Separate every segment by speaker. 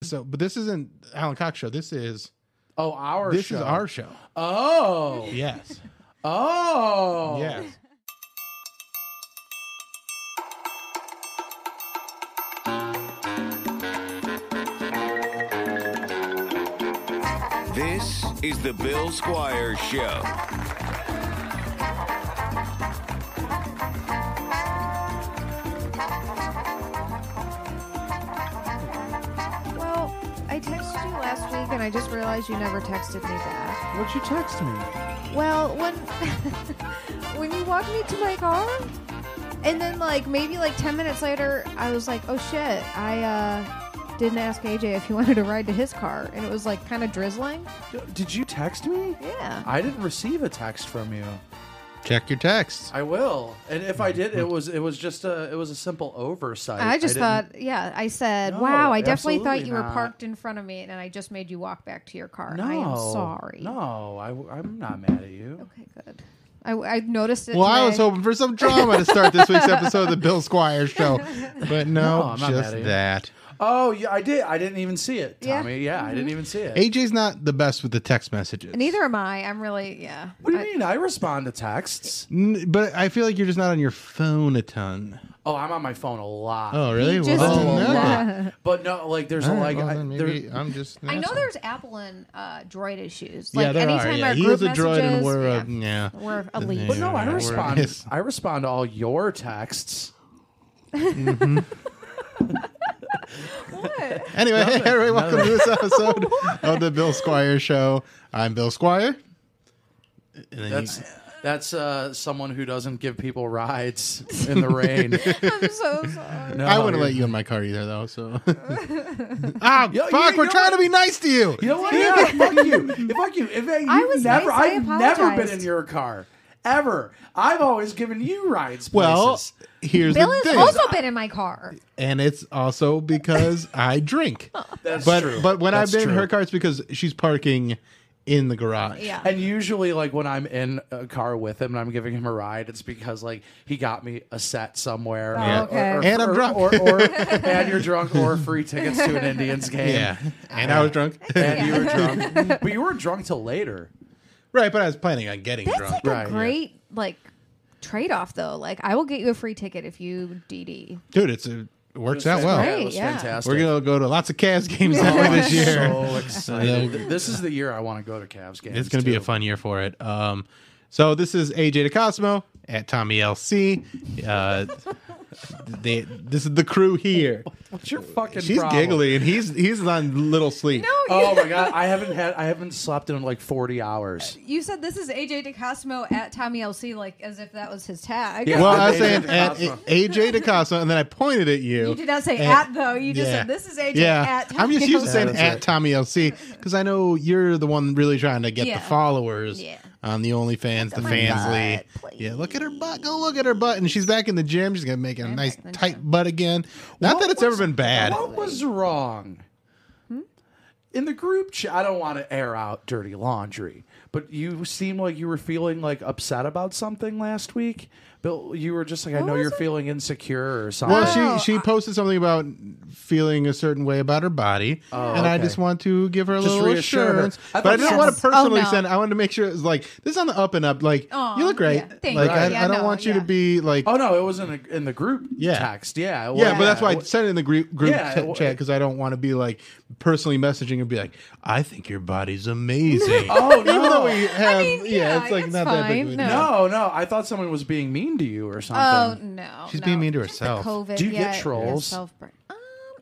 Speaker 1: So, but this isn't Alan Cox show. This is
Speaker 2: Oh, our
Speaker 1: this
Speaker 2: show.
Speaker 1: is our show.
Speaker 2: Oh.
Speaker 1: Yes,
Speaker 2: Oh.
Speaker 1: yes.
Speaker 3: This is the Bill Squire Show.
Speaker 4: Well, I texted you last week and I just realized you never texted me back.
Speaker 2: What'd you text me?
Speaker 4: Well, when when you walked me to my car and then like maybe like 10 minutes later I was like, "Oh shit, I uh didn't ask AJ if he wanted to ride to his car." And it was like kind of drizzling.
Speaker 2: D- Did you text me?
Speaker 4: Yeah.
Speaker 2: I didn't receive a text from you.
Speaker 1: Check your texts.
Speaker 2: I will. And if I did, it was it was just a it was a simple oversight.
Speaker 4: I, just
Speaker 2: didn't-
Speaker 4: thought, yeah, I said,
Speaker 2: No,
Speaker 4: "Wow, I definitely thought
Speaker 2: absolutely
Speaker 4: you
Speaker 2: not.
Speaker 4: were parked in front of me and I just made you walk back to your car." I am sorry.
Speaker 2: No, I, am not mad at you.
Speaker 4: Okay, good. I, I noticed it.
Speaker 1: Well, I
Speaker 4: today.
Speaker 1: was hoping for some drama to start this week's episode of the Bill Squire Show, but
Speaker 2: No,
Speaker 1: no,
Speaker 2: I'm not mad
Speaker 1: just
Speaker 2: at you.
Speaker 1: that.
Speaker 2: Oh, yeah, I did. I didn't even see it,
Speaker 4: Yeah. Mm-hmm.
Speaker 2: Tommy. Yeah, I didn't even see it.
Speaker 1: AJ's not the best with the text messages.
Speaker 4: Neither am I. I'm really, yeah.
Speaker 2: What do
Speaker 4: I-
Speaker 2: you mean? I respond to texts.
Speaker 1: N- but I feel like you're just not on your phone a ton.
Speaker 2: Oh, I'm on my phone a lot.
Speaker 1: Oh, really?
Speaker 4: just-
Speaker 1: Well,
Speaker 2: Oh,
Speaker 1: then,
Speaker 2: a
Speaker 1: okay.
Speaker 2: lot. But no, like there's
Speaker 1: All right,
Speaker 2: like
Speaker 1: well,
Speaker 2: Oh, I,
Speaker 1: then
Speaker 2: there-
Speaker 1: maybe I'm just. an
Speaker 4: I know
Speaker 1: asshole.
Speaker 4: there's Apple and uh, Droid issues.
Speaker 1: Yeah,
Speaker 4: Like
Speaker 1: there
Speaker 4: anytime
Speaker 1: are. Yeah,
Speaker 4: our
Speaker 1: he
Speaker 4: group
Speaker 1: was a droid and
Speaker 4: messages-
Speaker 1: we're a- yeah.
Speaker 4: yeah, we're a lead.
Speaker 2: But no, I
Speaker 1: Yeah,
Speaker 2: respond.
Speaker 1: word is-
Speaker 2: I respond to all your texts.
Speaker 4: What?
Speaker 1: Anyway, hey, everybody, welcome to this episode of the Bill Squire Show. I'm Bill Squire. And then
Speaker 2: That's
Speaker 1: you-
Speaker 2: that's uh, someone who doesn't give people rides in the rain.
Speaker 4: I'm so sorry.
Speaker 2: No,
Speaker 1: I wouldn't
Speaker 2: you're-
Speaker 1: let you in my car either, though. So, ah,
Speaker 2: Yo, you-
Speaker 1: fuck,
Speaker 2: you
Speaker 1: we're
Speaker 2: know
Speaker 1: trying
Speaker 2: what?
Speaker 1: to be nice to you.
Speaker 2: You know what? Yeah, fuck you. Fuck you. If, I,
Speaker 4: I
Speaker 2: you've
Speaker 4: was
Speaker 2: never,
Speaker 4: nice, I
Speaker 2: I've never been
Speaker 4: apologized.
Speaker 2: in your car ever. I've always given you rides.
Speaker 1: well,
Speaker 2: places.
Speaker 1: here's
Speaker 4: Bill
Speaker 1: the
Speaker 4: has
Speaker 1: thing,
Speaker 4: also been in my car.
Speaker 1: and it's also because I drink.
Speaker 2: that's
Speaker 1: but
Speaker 2: true.
Speaker 1: but when
Speaker 2: That's
Speaker 1: I've been in
Speaker 2: true.
Speaker 1: her car, it's because she's parking in the garage.
Speaker 4: Yeah.
Speaker 2: And usually, like when I'm in a car with him and I'm giving him a ride, it's because like he got me a set somewhere,
Speaker 1: Yeah.
Speaker 4: okay.
Speaker 1: And I'm drunk.
Speaker 2: or, or, and you're drunk, or free tickets to an Indians game.
Speaker 1: yeah. And I was drunk.
Speaker 2: and you were drunk, but you were drunk till later.
Speaker 1: right, but I was planning on getting
Speaker 4: That's
Speaker 1: drunk.
Speaker 4: like
Speaker 2: Right, yeah.
Speaker 4: a great like trade off though. Like I will get you a free ticket if you DD.
Speaker 1: Dude, it's a, it works out well.
Speaker 2: Yeah, it was
Speaker 4: Great, yeah.
Speaker 2: fantastic.
Speaker 1: We're gonna go to lots of Cavs games that way this year.
Speaker 2: So excited! Th- this is the year I want to go to Cavs games.
Speaker 1: It's going to be a
Speaker 2: too.
Speaker 1: fun year for it. Um, so this is AJ DeCosmo at Tommy LC. Uh, they, this is the crew here.
Speaker 2: What's your fucking?
Speaker 1: She's
Speaker 2: problem?
Speaker 1: giggling and he's he's on little sleep.
Speaker 2: Oh my god! I haven't had I haven't slept in like forty hours.
Speaker 4: You said this is AJ DeCosmo at Tommy LC, like as if that was his tag.
Speaker 2: Yeah.
Speaker 1: well, I was
Speaker 2: AJ
Speaker 1: saying at
Speaker 2: DeCosmo.
Speaker 1: AJ DeCosmo, and then I pointed at you.
Speaker 4: You did not say
Speaker 1: And-
Speaker 4: at though. You just said this is AJ
Speaker 1: yeah.
Speaker 4: at Tommy
Speaker 1: I'm just used to
Speaker 4: LC."
Speaker 1: saying
Speaker 2: that's
Speaker 1: at
Speaker 2: right.
Speaker 1: Tommy LC because I know you're the one really trying to get
Speaker 4: Yeah.
Speaker 1: the followers
Speaker 4: Yeah.
Speaker 1: on the OnlyFans, the
Speaker 4: my
Speaker 1: fansly.
Speaker 4: butt,
Speaker 1: Yeah, look at her butt. Go look at her butt, and she's back in the gym. She's gonna make a nice
Speaker 4: back in the Oh,
Speaker 1: tight butt again. Not
Speaker 2: What
Speaker 1: that it's
Speaker 2: was-
Speaker 1: ever been bad.
Speaker 2: What was wrong?
Speaker 4: Hmm?
Speaker 2: In the group chat, I don't want to air out dirty laundry, but you seemed like you were feeling like upset about something last week. Bill, you were just like, I know
Speaker 4: was
Speaker 2: you're
Speaker 4: it?
Speaker 2: feeling insecure or something.
Speaker 1: Well,
Speaker 4: Oh,
Speaker 1: she she posted something about feeling a certain way about her body, and I
Speaker 2: Oh, okay.
Speaker 1: just want to give her a
Speaker 2: Just
Speaker 1: little
Speaker 2: reassure her.
Speaker 1: assurance. but
Speaker 2: I
Speaker 1: I
Speaker 2: thought
Speaker 1: didn't
Speaker 2: she
Speaker 1: want to
Speaker 4: was- Oh,
Speaker 1: personally
Speaker 4: no.
Speaker 1: send. I wanted to make sure it was like this is on the up and up. Like you look great.
Speaker 4: yeah. Thank
Speaker 1: Like
Speaker 4: you.
Speaker 1: I,
Speaker 4: Yeah,
Speaker 1: I don't
Speaker 4: no,
Speaker 1: want you
Speaker 4: yeah.
Speaker 1: to be like.
Speaker 2: oh no, it was in the in the group
Speaker 1: Yeah.
Speaker 2: text. Yeah, it
Speaker 1: Yeah,
Speaker 2: was.
Speaker 1: but that's why I
Speaker 2: It
Speaker 1: sent it in the group, group
Speaker 2: Yeah,
Speaker 1: t-
Speaker 2: well-
Speaker 1: chat because I don't want to be like personally messaging and be like, I think your body's amazing.
Speaker 2: Oh,
Speaker 1: Even
Speaker 2: no.
Speaker 1: though we have,
Speaker 4: mean,
Speaker 1: yeah,
Speaker 4: yeah,
Speaker 1: it's like
Speaker 4: that's
Speaker 1: not that big. of
Speaker 4: fine.
Speaker 1: a
Speaker 4: No.
Speaker 1: deal.
Speaker 2: No, no, I thought someone was being mean to you or
Speaker 4: Oh
Speaker 2: something.
Speaker 4: no,
Speaker 1: She's
Speaker 4: no.
Speaker 1: being mean to
Speaker 4: Just the
Speaker 1: herself.
Speaker 4: COVID,
Speaker 2: Do you get
Speaker 4: yeah, yeah,
Speaker 2: trolls?
Speaker 4: self-burn. Um,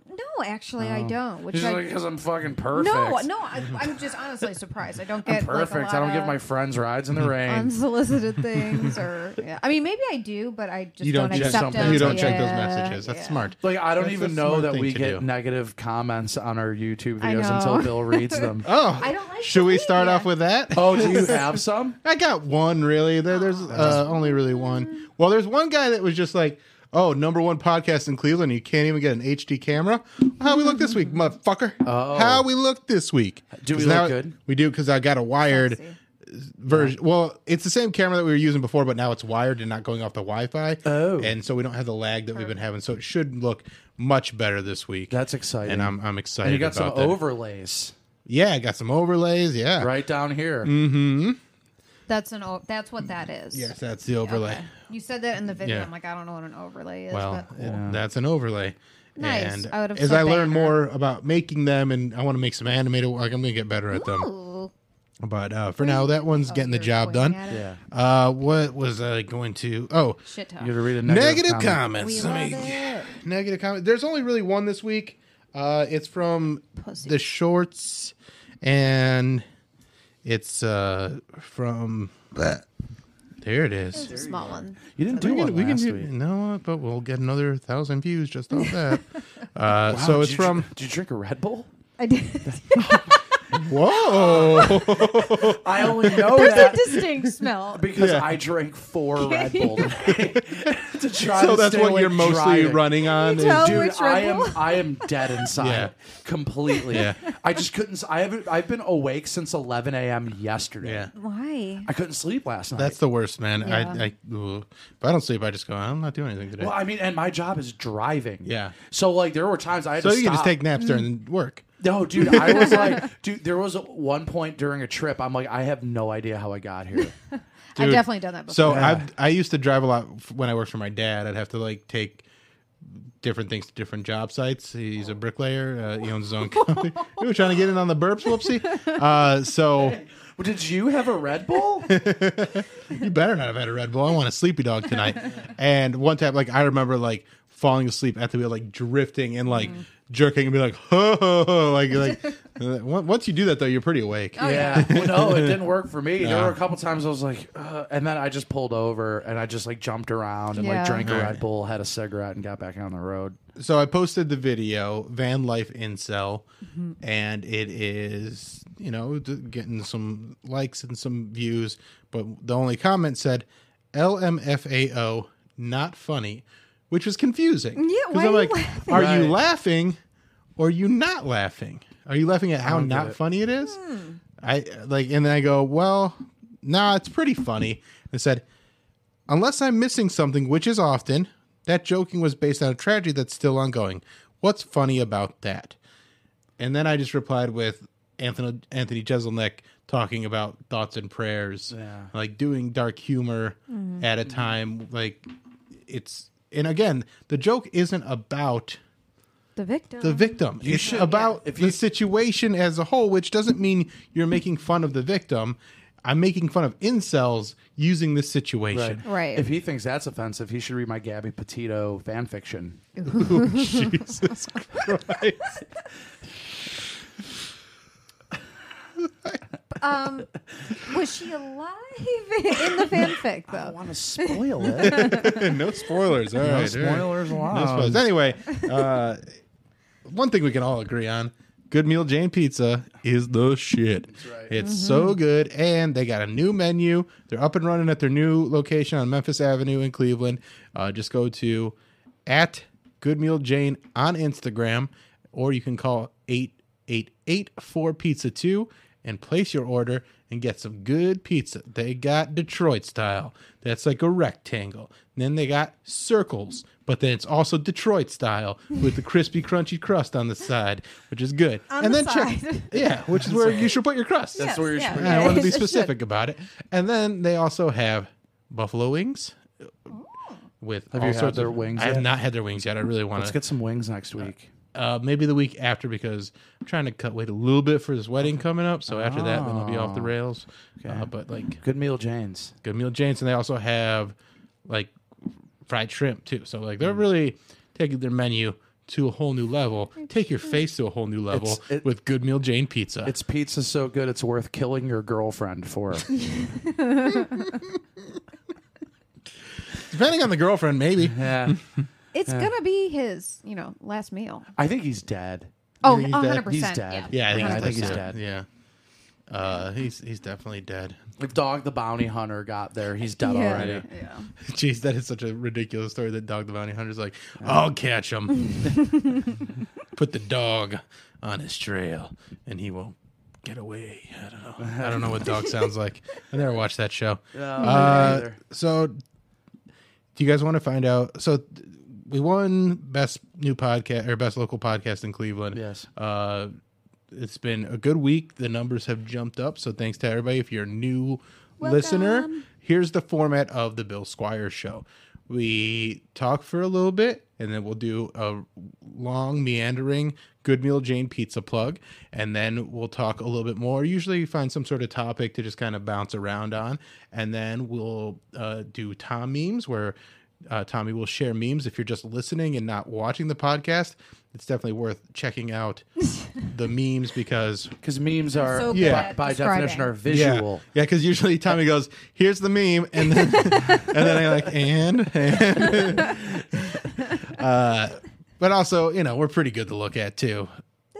Speaker 4: no, actually,
Speaker 1: Oh.
Speaker 4: I don't. Which
Speaker 2: She's
Speaker 4: I,
Speaker 2: like, because I'm fucking perfect.
Speaker 4: no, no, I, I'm just honestly surprised. I don't get
Speaker 2: I'm
Speaker 4: like, a
Speaker 2: perfect. I
Speaker 4: lot
Speaker 2: don't give
Speaker 4: of
Speaker 2: my friends rides in the rain.
Speaker 4: unsolicited things, or yeah. I mean, maybe I do, but I just
Speaker 1: you don't,
Speaker 4: don't
Speaker 1: check
Speaker 4: accept
Speaker 2: something.
Speaker 4: them.
Speaker 1: you don't
Speaker 4: yeah,
Speaker 1: check those messages. That's
Speaker 4: yeah.
Speaker 1: smart.
Speaker 2: Like I don't
Speaker 1: That's a
Speaker 2: even know
Speaker 1: smart
Speaker 2: that
Speaker 1: thing
Speaker 2: we
Speaker 1: to do.
Speaker 2: get negative comments on our YouTube
Speaker 4: I
Speaker 2: videos
Speaker 4: know.
Speaker 2: until Bill reads them.
Speaker 1: Oh,
Speaker 4: I don't like
Speaker 1: Should we
Speaker 4: social
Speaker 1: start
Speaker 4: media.
Speaker 1: off with that?
Speaker 2: oh, do you have some?
Speaker 1: I got one really. There, there's uh, only really one. Well, there's one guy that was just like, "Oh, number one podcast in Cleveland. You can't even get an HD camera. How we look this week, motherfucker?
Speaker 2: Oh.
Speaker 1: How we look this week?
Speaker 2: Do we
Speaker 1: 'Cause now
Speaker 2: look good?
Speaker 1: We do because I got a wired
Speaker 4: Sexy.
Speaker 1: version. Well, it's the same camera that we were using before, but now it's wired and not going off the Wi-Fi.
Speaker 2: Oh.
Speaker 1: and so we don't have the lag that we've been having. So it should look much better this week.
Speaker 2: That's exciting.
Speaker 1: and I'm I'm excited.
Speaker 2: And you got some
Speaker 1: about that.
Speaker 2: overlays
Speaker 1: Yeah, I got some overlays. Yeah,
Speaker 2: right down here.
Speaker 1: Mm.
Speaker 4: That's an. O- that's what that is.
Speaker 1: Yes, that's the overlay.
Speaker 4: Okay. You said that in the video.
Speaker 1: Yeah.
Speaker 4: I'm like, I don't know what an overlay is.
Speaker 1: Well,
Speaker 4: but
Speaker 1: it- that's an overlay.
Speaker 4: Nice.
Speaker 1: And
Speaker 4: I would've
Speaker 1: as
Speaker 4: said
Speaker 1: I learn
Speaker 4: banner.
Speaker 1: more about making them, and I want to make some animated, like I'm gonna get better at them.
Speaker 4: Ooh. Oh,
Speaker 1: But uh, for now, that one's getting the
Speaker 4: You're
Speaker 1: job
Speaker 4: pointing
Speaker 1: done.
Speaker 4: at it.
Speaker 2: Yeah.
Speaker 1: Uh, what was I going to? Oh,
Speaker 4: Shit talk.
Speaker 2: You gotta read a
Speaker 1: negative,
Speaker 2: negative comment.
Speaker 1: comments.
Speaker 4: We
Speaker 1: Let me-
Speaker 4: love it.
Speaker 1: Negative comment. There's only really one this week. Uh, it's from
Speaker 4: Pussy.
Speaker 1: the shorts, and it's uh from. There it is.
Speaker 4: It's a small one.
Speaker 2: You didn't do
Speaker 1: We
Speaker 2: one
Speaker 1: can, we can
Speaker 2: last
Speaker 1: do
Speaker 2: week.
Speaker 1: no, but we'll get another thousand views just off that. Uh, so
Speaker 2: Wow,
Speaker 1: it's
Speaker 2: did you dr-
Speaker 1: from
Speaker 2: Did you drink a Red Bull?
Speaker 4: I did.
Speaker 1: whoa.
Speaker 2: I only know
Speaker 4: There's
Speaker 2: that
Speaker 4: a distinct smell.
Speaker 2: because
Speaker 1: Yeah.
Speaker 2: I drank four Red Bull today to try.
Speaker 1: so
Speaker 2: to
Speaker 1: that's
Speaker 2: stay
Speaker 1: what
Speaker 2: awake
Speaker 1: you're mostly
Speaker 2: driving.
Speaker 1: running on. is-
Speaker 4: You tell- Oh,
Speaker 2: Dude,
Speaker 4: which Red
Speaker 2: I am
Speaker 4: Bull?
Speaker 2: I am dead inside
Speaker 1: Yeah.
Speaker 2: completely.
Speaker 1: Yeah.
Speaker 2: I just couldn't. s- I haven't. I've been awake since 11 a.m. yesterday.
Speaker 1: yeah,
Speaker 4: Why?
Speaker 2: I couldn't sleep last night.
Speaker 1: that's the worst, man.
Speaker 4: Yeah.
Speaker 1: I, I ugh. if I don't sleep, I just go. I'm not doing anything today.
Speaker 2: well, I mean, and my job is driving.
Speaker 1: Yeah.
Speaker 2: So like, there were times I had
Speaker 1: so
Speaker 2: to
Speaker 1: you can just
Speaker 2: stop.
Speaker 1: take naps during
Speaker 4: Mm.
Speaker 1: work.
Speaker 2: No, dude, I was like, dude, there was one point during a trip, I'm like, I have no idea how I got here.
Speaker 4: I've definitely done that before.
Speaker 1: So I I used to drive a lot f- when I worked for my dad. I'd have to like take different things to different job sites. He's a
Speaker 4: Oh.
Speaker 1: bricklayer. Uh, he owns his own company. we were trying to get in on the burps. Whoopsie. Uh, so
Speaker 2: Well, Did you have a Red Bull?
Speaker 1: you better not have had a Red Bull. I want a sleepy dog tonight. and one time, like I remember, like falling asleep at the wheel, like drifting and
Speaker 4: Mm.
Speaker 1: like jerking and be like, ho, ho, ho. like like. uh, on- Once you do that, though, you're pretty awake.
Speaker 4: Oh,
Speaker 2: yeah. Well, no, it didn't work for me. There were a couple times I was like, uh, and then I just pulled over and I just like jumped around and
Speaker 4: Yeah.
Speaker 2: like drank a
Speaker 1: Alright.
Speaker 2: Red Bull, had a cigarette, and got back on the road.
Speaker 1: So I posted the video, van life incel,
Speaker 4: Mm-hmm.
Speaker 1: and it is you know d- getting some likes and some views, but the only comment said, "LMFAO, not funny," which was confusing.
Speaker 4: Yeah,
Speaker 1: 'Cause
Speaker 4: why
Speaker 1: I'm
Speaker 4: are you
Speaker 1: like,
Speaker 4: laughing?
Speaker 1: are you
Speaker 2: Right.
Speaker 1: laughing, or are you not laughing? Are you laughing at how
Speaker 2: don't get
Speaker 1: not
Speaker 2: it. Hmm.
Speaker 1: funny it is? I like, and then I go, well, nah, it's pretty funny. They said, Unless I'm missing something, which is often, that joking was based on a tragedy that's still ongoing. What's funny about that? And then I just replied with Anthony Anthony Jeselnik talking about thoughts and prayers,
Speaker 2: Yeah. Mm-hmm.
Speaker 1: like doing dark humor at a time like it's. And again, the joke isn't about
Speaker 4: the victim.
Speaker 1: the victim. it's
Speaker 2: should-
Speaker 1: about
Speaker 2: yeah, if
Speaker 1: the
Speaker 2: you-
Speaker 1: situation as a whole, which doesn't mean you're making fun of the victim. I'm making fun of incels using this situation.
Speaker 4: Right.
Speaker 2: If he thinks that's offensive, he should read my Gabby Petito fan fiction.
Speaker 1: Jesus Christ.
Speaker 4: um, was she alive in the fanfic
Speaker 2: I
Speaker 4: though?
Speaker 2: want to spoil it.
Speaker 1: no spoilers. All right. all
Speaker 2: no
Speaker 1: right.
Speaker 2: spoilers
Speaker 1: No
Speaker 2: allowed.
Speaker 1: spoilers. Anyway, uh, one thing we can all agree on Good Meal Jane Pizza is the shit. It's so good. And they got a new menu. They're up and running at their new location on Memphis Avenue in Cleveland. Uh, just go to at Good Meal Jane on Instagram, or you can call 888 4 Pizza 2 and place your order and get some good pizza. They got Detroit style. That's like a rectangle. Then they got circles, but then it's also Detroit style with the crispy, crunchy crust on the side, which is good.
Speaker 4: On
Speaker 1: and
Speaker 4: the
Speaker 1: then
Speaker 4: side.
Speaker 1: yeah, which is where you should put your crust.
Speaker 4: That's Yes, where you should yeah. put your
Speaker 1: I want to be
Speaker 4: crust.
Speaker 1: specific about it. And then they also have buffalo wings.
Speaker 4: Oh.
Speaker 1: With
Speaker 2: Have you
Speaker 1: all
Speaker 2: had
Speaker 1: sorts
Speaker 2: their
Speaker 1: of-
Speaker 2: wings
Speaker 1: I have
Speaker 2: yet?
Speaker 1: not had their wings yet. I really want
Speaker 2: Let's
Speaker 1: to
Speaker 2: get some wings next week.
Speaker 1: uh, maybe the week after because I'm trying to cut weight a little bit for this wedding coming up. So after that, then I'll be off the rails. Uh, but like
Speaker 2: Good meal, Jane's.
Speaker 1: Good Meal Jane's, and they also have like fried shrimp too. So like they're really taking their menu to a whole new level. Take your face to a whole new level
Speaker 2: it-
Speaker 1: with Good Meal Jane pizza.
Speaker 2: It's pizza so good it's worth killing your girlfriend for.
Speaker 1: Depending on the girlfriend, maybe.
Speaker 2: yeah.
Speaker 4: It's gonna be his, you know, last meal.
Speaker 2: I think he's dead.
Speaker 4: Oh,
Speaker 1: he's dead?
Speaker 4: 100
Speaker 2: He's
Speaker 4: percent.
Speaker 2: dead.
Speaker 1: Yeah, I think,
Speaker 2: Yeah, I
Speaker 1: he's,
Speaker 2: think he's
Speaker 1: dead.
Speaker 2: dead.
Speaker 1: Yeah. Uh, he's he's definitely dead.
Speaker 2: If Dog the Bounty Hunter got there, he's dead
Speaker 4: Yeah.
Speaker 2: already.
Speaker 4: Yeah.
Speaker 1: Jeez, that is such a ridiculous story that Dog the Bounty Hunter's like, I'll catch him. Put the dog on his trail and he won't get away. I don't know. I don't know what dog sounds like. I never watched that show. Uh, so, do you guys want to find out? So, th- we won best new podcast or best local podcast in Cleveland.
Speaker 2: Yes.
Speaker 1: Uh, it's been a good week. The numbers have jumped up. So, thanks to everybody. If you're a new listener, here's the format of the Bill Squire show. We talk for a little bit, and then we'll do a long, meandering Good Meal Jane pizza plug, and then we'll talk a little bit more. Usually, we find some sort of topic to just kind of bounce around on, and then we'll uh, do Tom memes where. Uh, Tommy will share memes. If you're just listening and not watching the podcast, it's definitely worth checking out the memes because
Speaker 2: Because memes are,
Speaker 4: so
Speaker 1: Yeah.
Speaker 2: by,
Speaker 4: bad
Speaker 2: by
Speaker 4: describing.
Speaker 2: definition, are visual.
Speaker 1: yeah, because usually Tommy goes, "Here's the meme," and then and then I like and. and. uh, but also, you know, we're pretty good to look at too.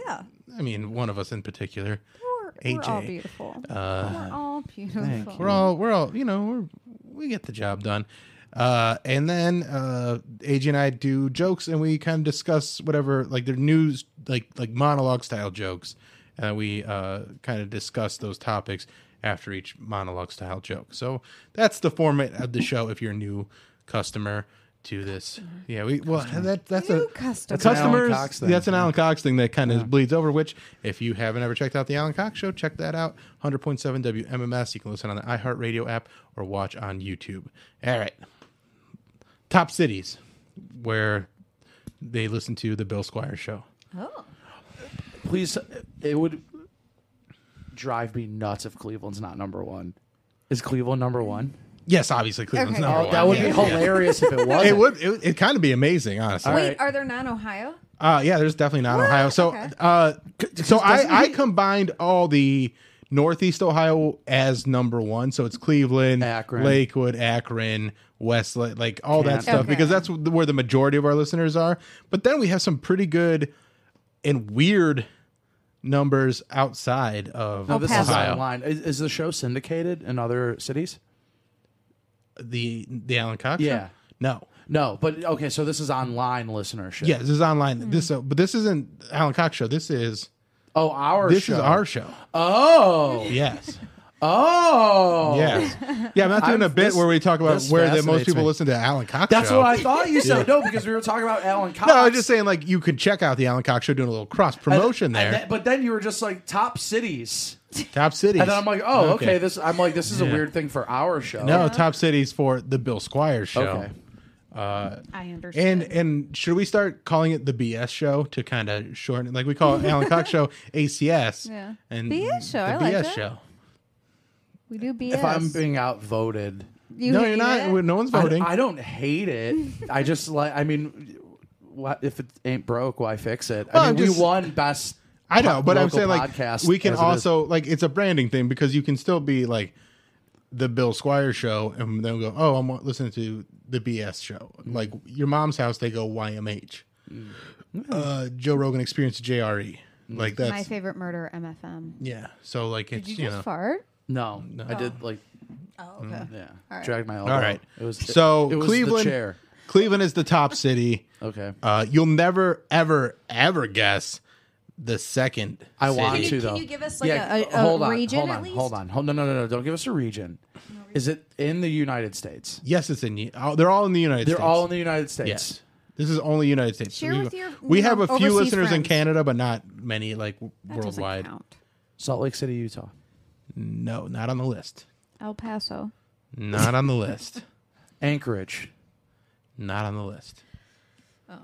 Speaker 4: Yeah.
Speaker 1: I mean, one of us in particular.
Speaker 4: We're, we're all
Speaker 1: AJ.
Speaker 4: beautiful.
Speaker 1: Uh,
Speaker 4: we're all beautiful.
Speaker 2: thank
Speaker 1: We're all we're all you know we're we get the job done. Uh, and then uh, AJ and I do jokes, and we kind of discuss whatever like their news like like monologue style jokes, and we uh, kind of discuss those topics after each monologue style joke. So that's the format of the show. If you're a new customer to this, yeah, we well that that's
Speaker 4: New
Speaker 1: a
Speaker 4: customer.
Speaker 2: That's an Alan
Speaker 1: customers.
Speaker 2: Cox thing.
Speaker 1: that's an Alan Cox thing that kind of bleeds over. Which, if you haven't ever checked out the Alan Cox Show, check that out. Hundred point seven WMMS. You can listen on the iHeartRadio app or watch on YouTube. All right, top cities where they listen to the Bill Squire Show.
Speaker 2: Please, it would drive me nuts if Cleveland's not number one. Is Cleveland number one?
Speaker 1: Yes, obviously Cleveland's
Speaker 4: Okay.
Speaker 1: number
Speaker 4: Oh,
Speaker 1: one.
Speaker 2: That would
Speaker 1: Yeah.
Speaker 2: be hilarious if it was.
Speaker 1: It would. It, it kind of be amazing, honestly.
Speaker 4: Wait,
Speaker 2: right.
Speaker 4: are there non Ohio?
Speaker 1: Uh, yeah, there's definitely not
Speaker 4: What?
Speaker 1: Ohio. So,
Speaker 4: Okay.
Speaker 1: uh, so
Speaker 2: doesn't
Speaker 1: I, I
Speaker 2: he-
Speaker 1: combined all the Northeast Ohio as number one. So it's Cleveland,
Speaker 2: Akron.
Speaker 1: Lakewood, Akron, Westlake, like all that
Speaker 2: Canton.
Speaker 1: stuff,
Speaker 4: Okay.
Speaker 1: because that's where the majority of our listeners are. But then we have some pretty good and weird numbers outside of
Speaker 4: Oh,
Speaker 2: No, this is
Speaker 4: Ohio.
Speaker 2: online. Is, is the show syndicated in other cities?
Speaker 1: the the Alan Cox. show?
Speaker 2: Yeah.
Speaker 1: no.
Speaker 2: No, but okay. So this is online listenership.
Speaker 1: Yeah, this is online.
Speaker 4: Hmm.
Speaker 1: This, uh, but this isn't Alan Cox show. This is
Speaker 2: Oh, our
Speaker 1: this
Speaker 2: show.
Speaker 1: is our show.
Speaker 2: Oh.
Speaker 1: Yes.
Speaker 2: Oh.
Speaker 1: Yes. Yeah, I'm not doing
Speaker 2: I'm-
Speaker 1: a bit
Speaker 2: this-
Speaker 1: where we talk about
Speaker 2: this
Speaker 1: where that most
Speaker 2: fascinates
Speaker 1: people
Speaker 2: me.
Speaker 1: listen to Alan Cox.
Speaker 2: That's
Speaker 1: show.
Speaker 2: what I thought you said. No, because we were talking about Alan Cox.
Speaker 1: No, I was just saying like you could check out the Alan Cox show doing a little cross promotion
Speaker 2: And
Speaker 1: there.
Speaker 2: then- but then you were just like top cities,
Speaker 1: top cities.
Speaker 2: and then I'm like, oh, okay.
Speaker 1: Okay.
Speaker 2: This I'm like, this is a
Speaker 1: Yeah.
Speaker 2: weird thing for our show.
Speaker 1: no, top cities for the Bill Squires show.
Speaker 2: Okay.
Speaker 4: I understand.
Speaker 1: And and should we start calling it the BS show to kind of shorten it? Like we call it Alan Cox show ACS.
Speaker 4: Yeah.
Speaker 1: And
Speaker 4: BS show,
Speaker 1: The
Speaker 4: I like
Speaker 1: BS
Speaker 4: that.
Speaker 1: show.
Speaker 4: we do BS.
Speaker 2: If I'm being outvoted,
Speaker 4: you
Speaker 1: no,
Speaker 4: hate
Speaker 1: you're not.
Speaker 4: it?
Speaker 1: No one's voting.
Speaker 2: I, I don't hate it. I just like. I mean, what, if it ain't broke, why fix it?
Speaker 1: Well,
Speaker 2: I
Speaker 1: I'm
Speaker 2: mean,
Speaker 1: just-
Speaker 2: we won best.
Speaker 1: I know,
Speaker 2: po-
Speaker 1: but I'm
Speaker 2: local
Speaker 1: saying like
Speaker 2: podcast
Speaker 1: we can
Speaker 2: as it is.
Speaker 1: also like it's a branding thing because you can still be like the Bill Squire show and then go, oh, I'm listening to the BS show.
Speaker 2: Mm.
Speaker 1: Like your mom's house, they go YMH. Uh, Joe Rogan Experience JRE.
Speaker 2: Mm.
Speaker 1: Like that's
Speaker 4: my favorite murder MFM.
Speaker 1: yeah. Mm-hmm. So like it's
Speaker 4: Did you
Speaker 1: you,
Speaker 4: just
Speaker 1: know.
Speaker 4: fart?
Speaker 2: No, I did like
Speaker 4: Oh, okay.
Speaker 2: yeah,
Speaker 4: All right.
Speaker 2: dragged my elbow.
Speaker 1: All right.
Speaker 2: it was
Speaker 1: so
Speaker 2: it, was the
Speaker 1: Cleveland,
Speaker 2: chair.
Speaker 1: Cleveland is the top city.
Speaker 2: Okay,
Speaker 1: Uh, you'll never, ever, ever guess the second.
Speaker 2: I
Speaker 1: city.
Speaker 2: want
Speaker 4: you-
Speaker 2: to
Speaker 4: can
Speaker 2: though.
Speaker 4: you give us, like,
Speaker 2: yeah,
Speaker 4: a- a- a
Speaker 2: hold on,
Speaker 4: region
Speaker 2: hold
Speaker 4: at
Speaker 2: on,
Speaker 4: least?
Speaker 2: hold on, hold no, no, no, no, don't give us a region. Is it in the United States?
Speaker 1: Yes, it's in. Oh, they're all in the United
Speaker 2: They're
Speaker 1: States.
Speaker 2: all in the United States.
Speaker 1: Yes. This is only United States.
Speaker 4: Share
Speaker 1: we,
Speaker 4: with your,
Speaker 1: we
Speaker 4: you
Speaker 1: have
Speaker 4: know,
Speaker 1: a few
Speaker 4: overseas
Speaker 1: listeners in
Speaker 4: friends.
Speaker 1: Canada, but not many like w-
Speaker 4: That doesn't
Speaker 1: worldwide.
Speaker 4: count.
Speaker 2: Salt Lake City, Utah.
Speaker 1: No, not on the list.
Speaker 4: El Paso.
Speaker 1: Not on the list.
Speaker 2: Anchorage.
Speaker 1: Not on the list. All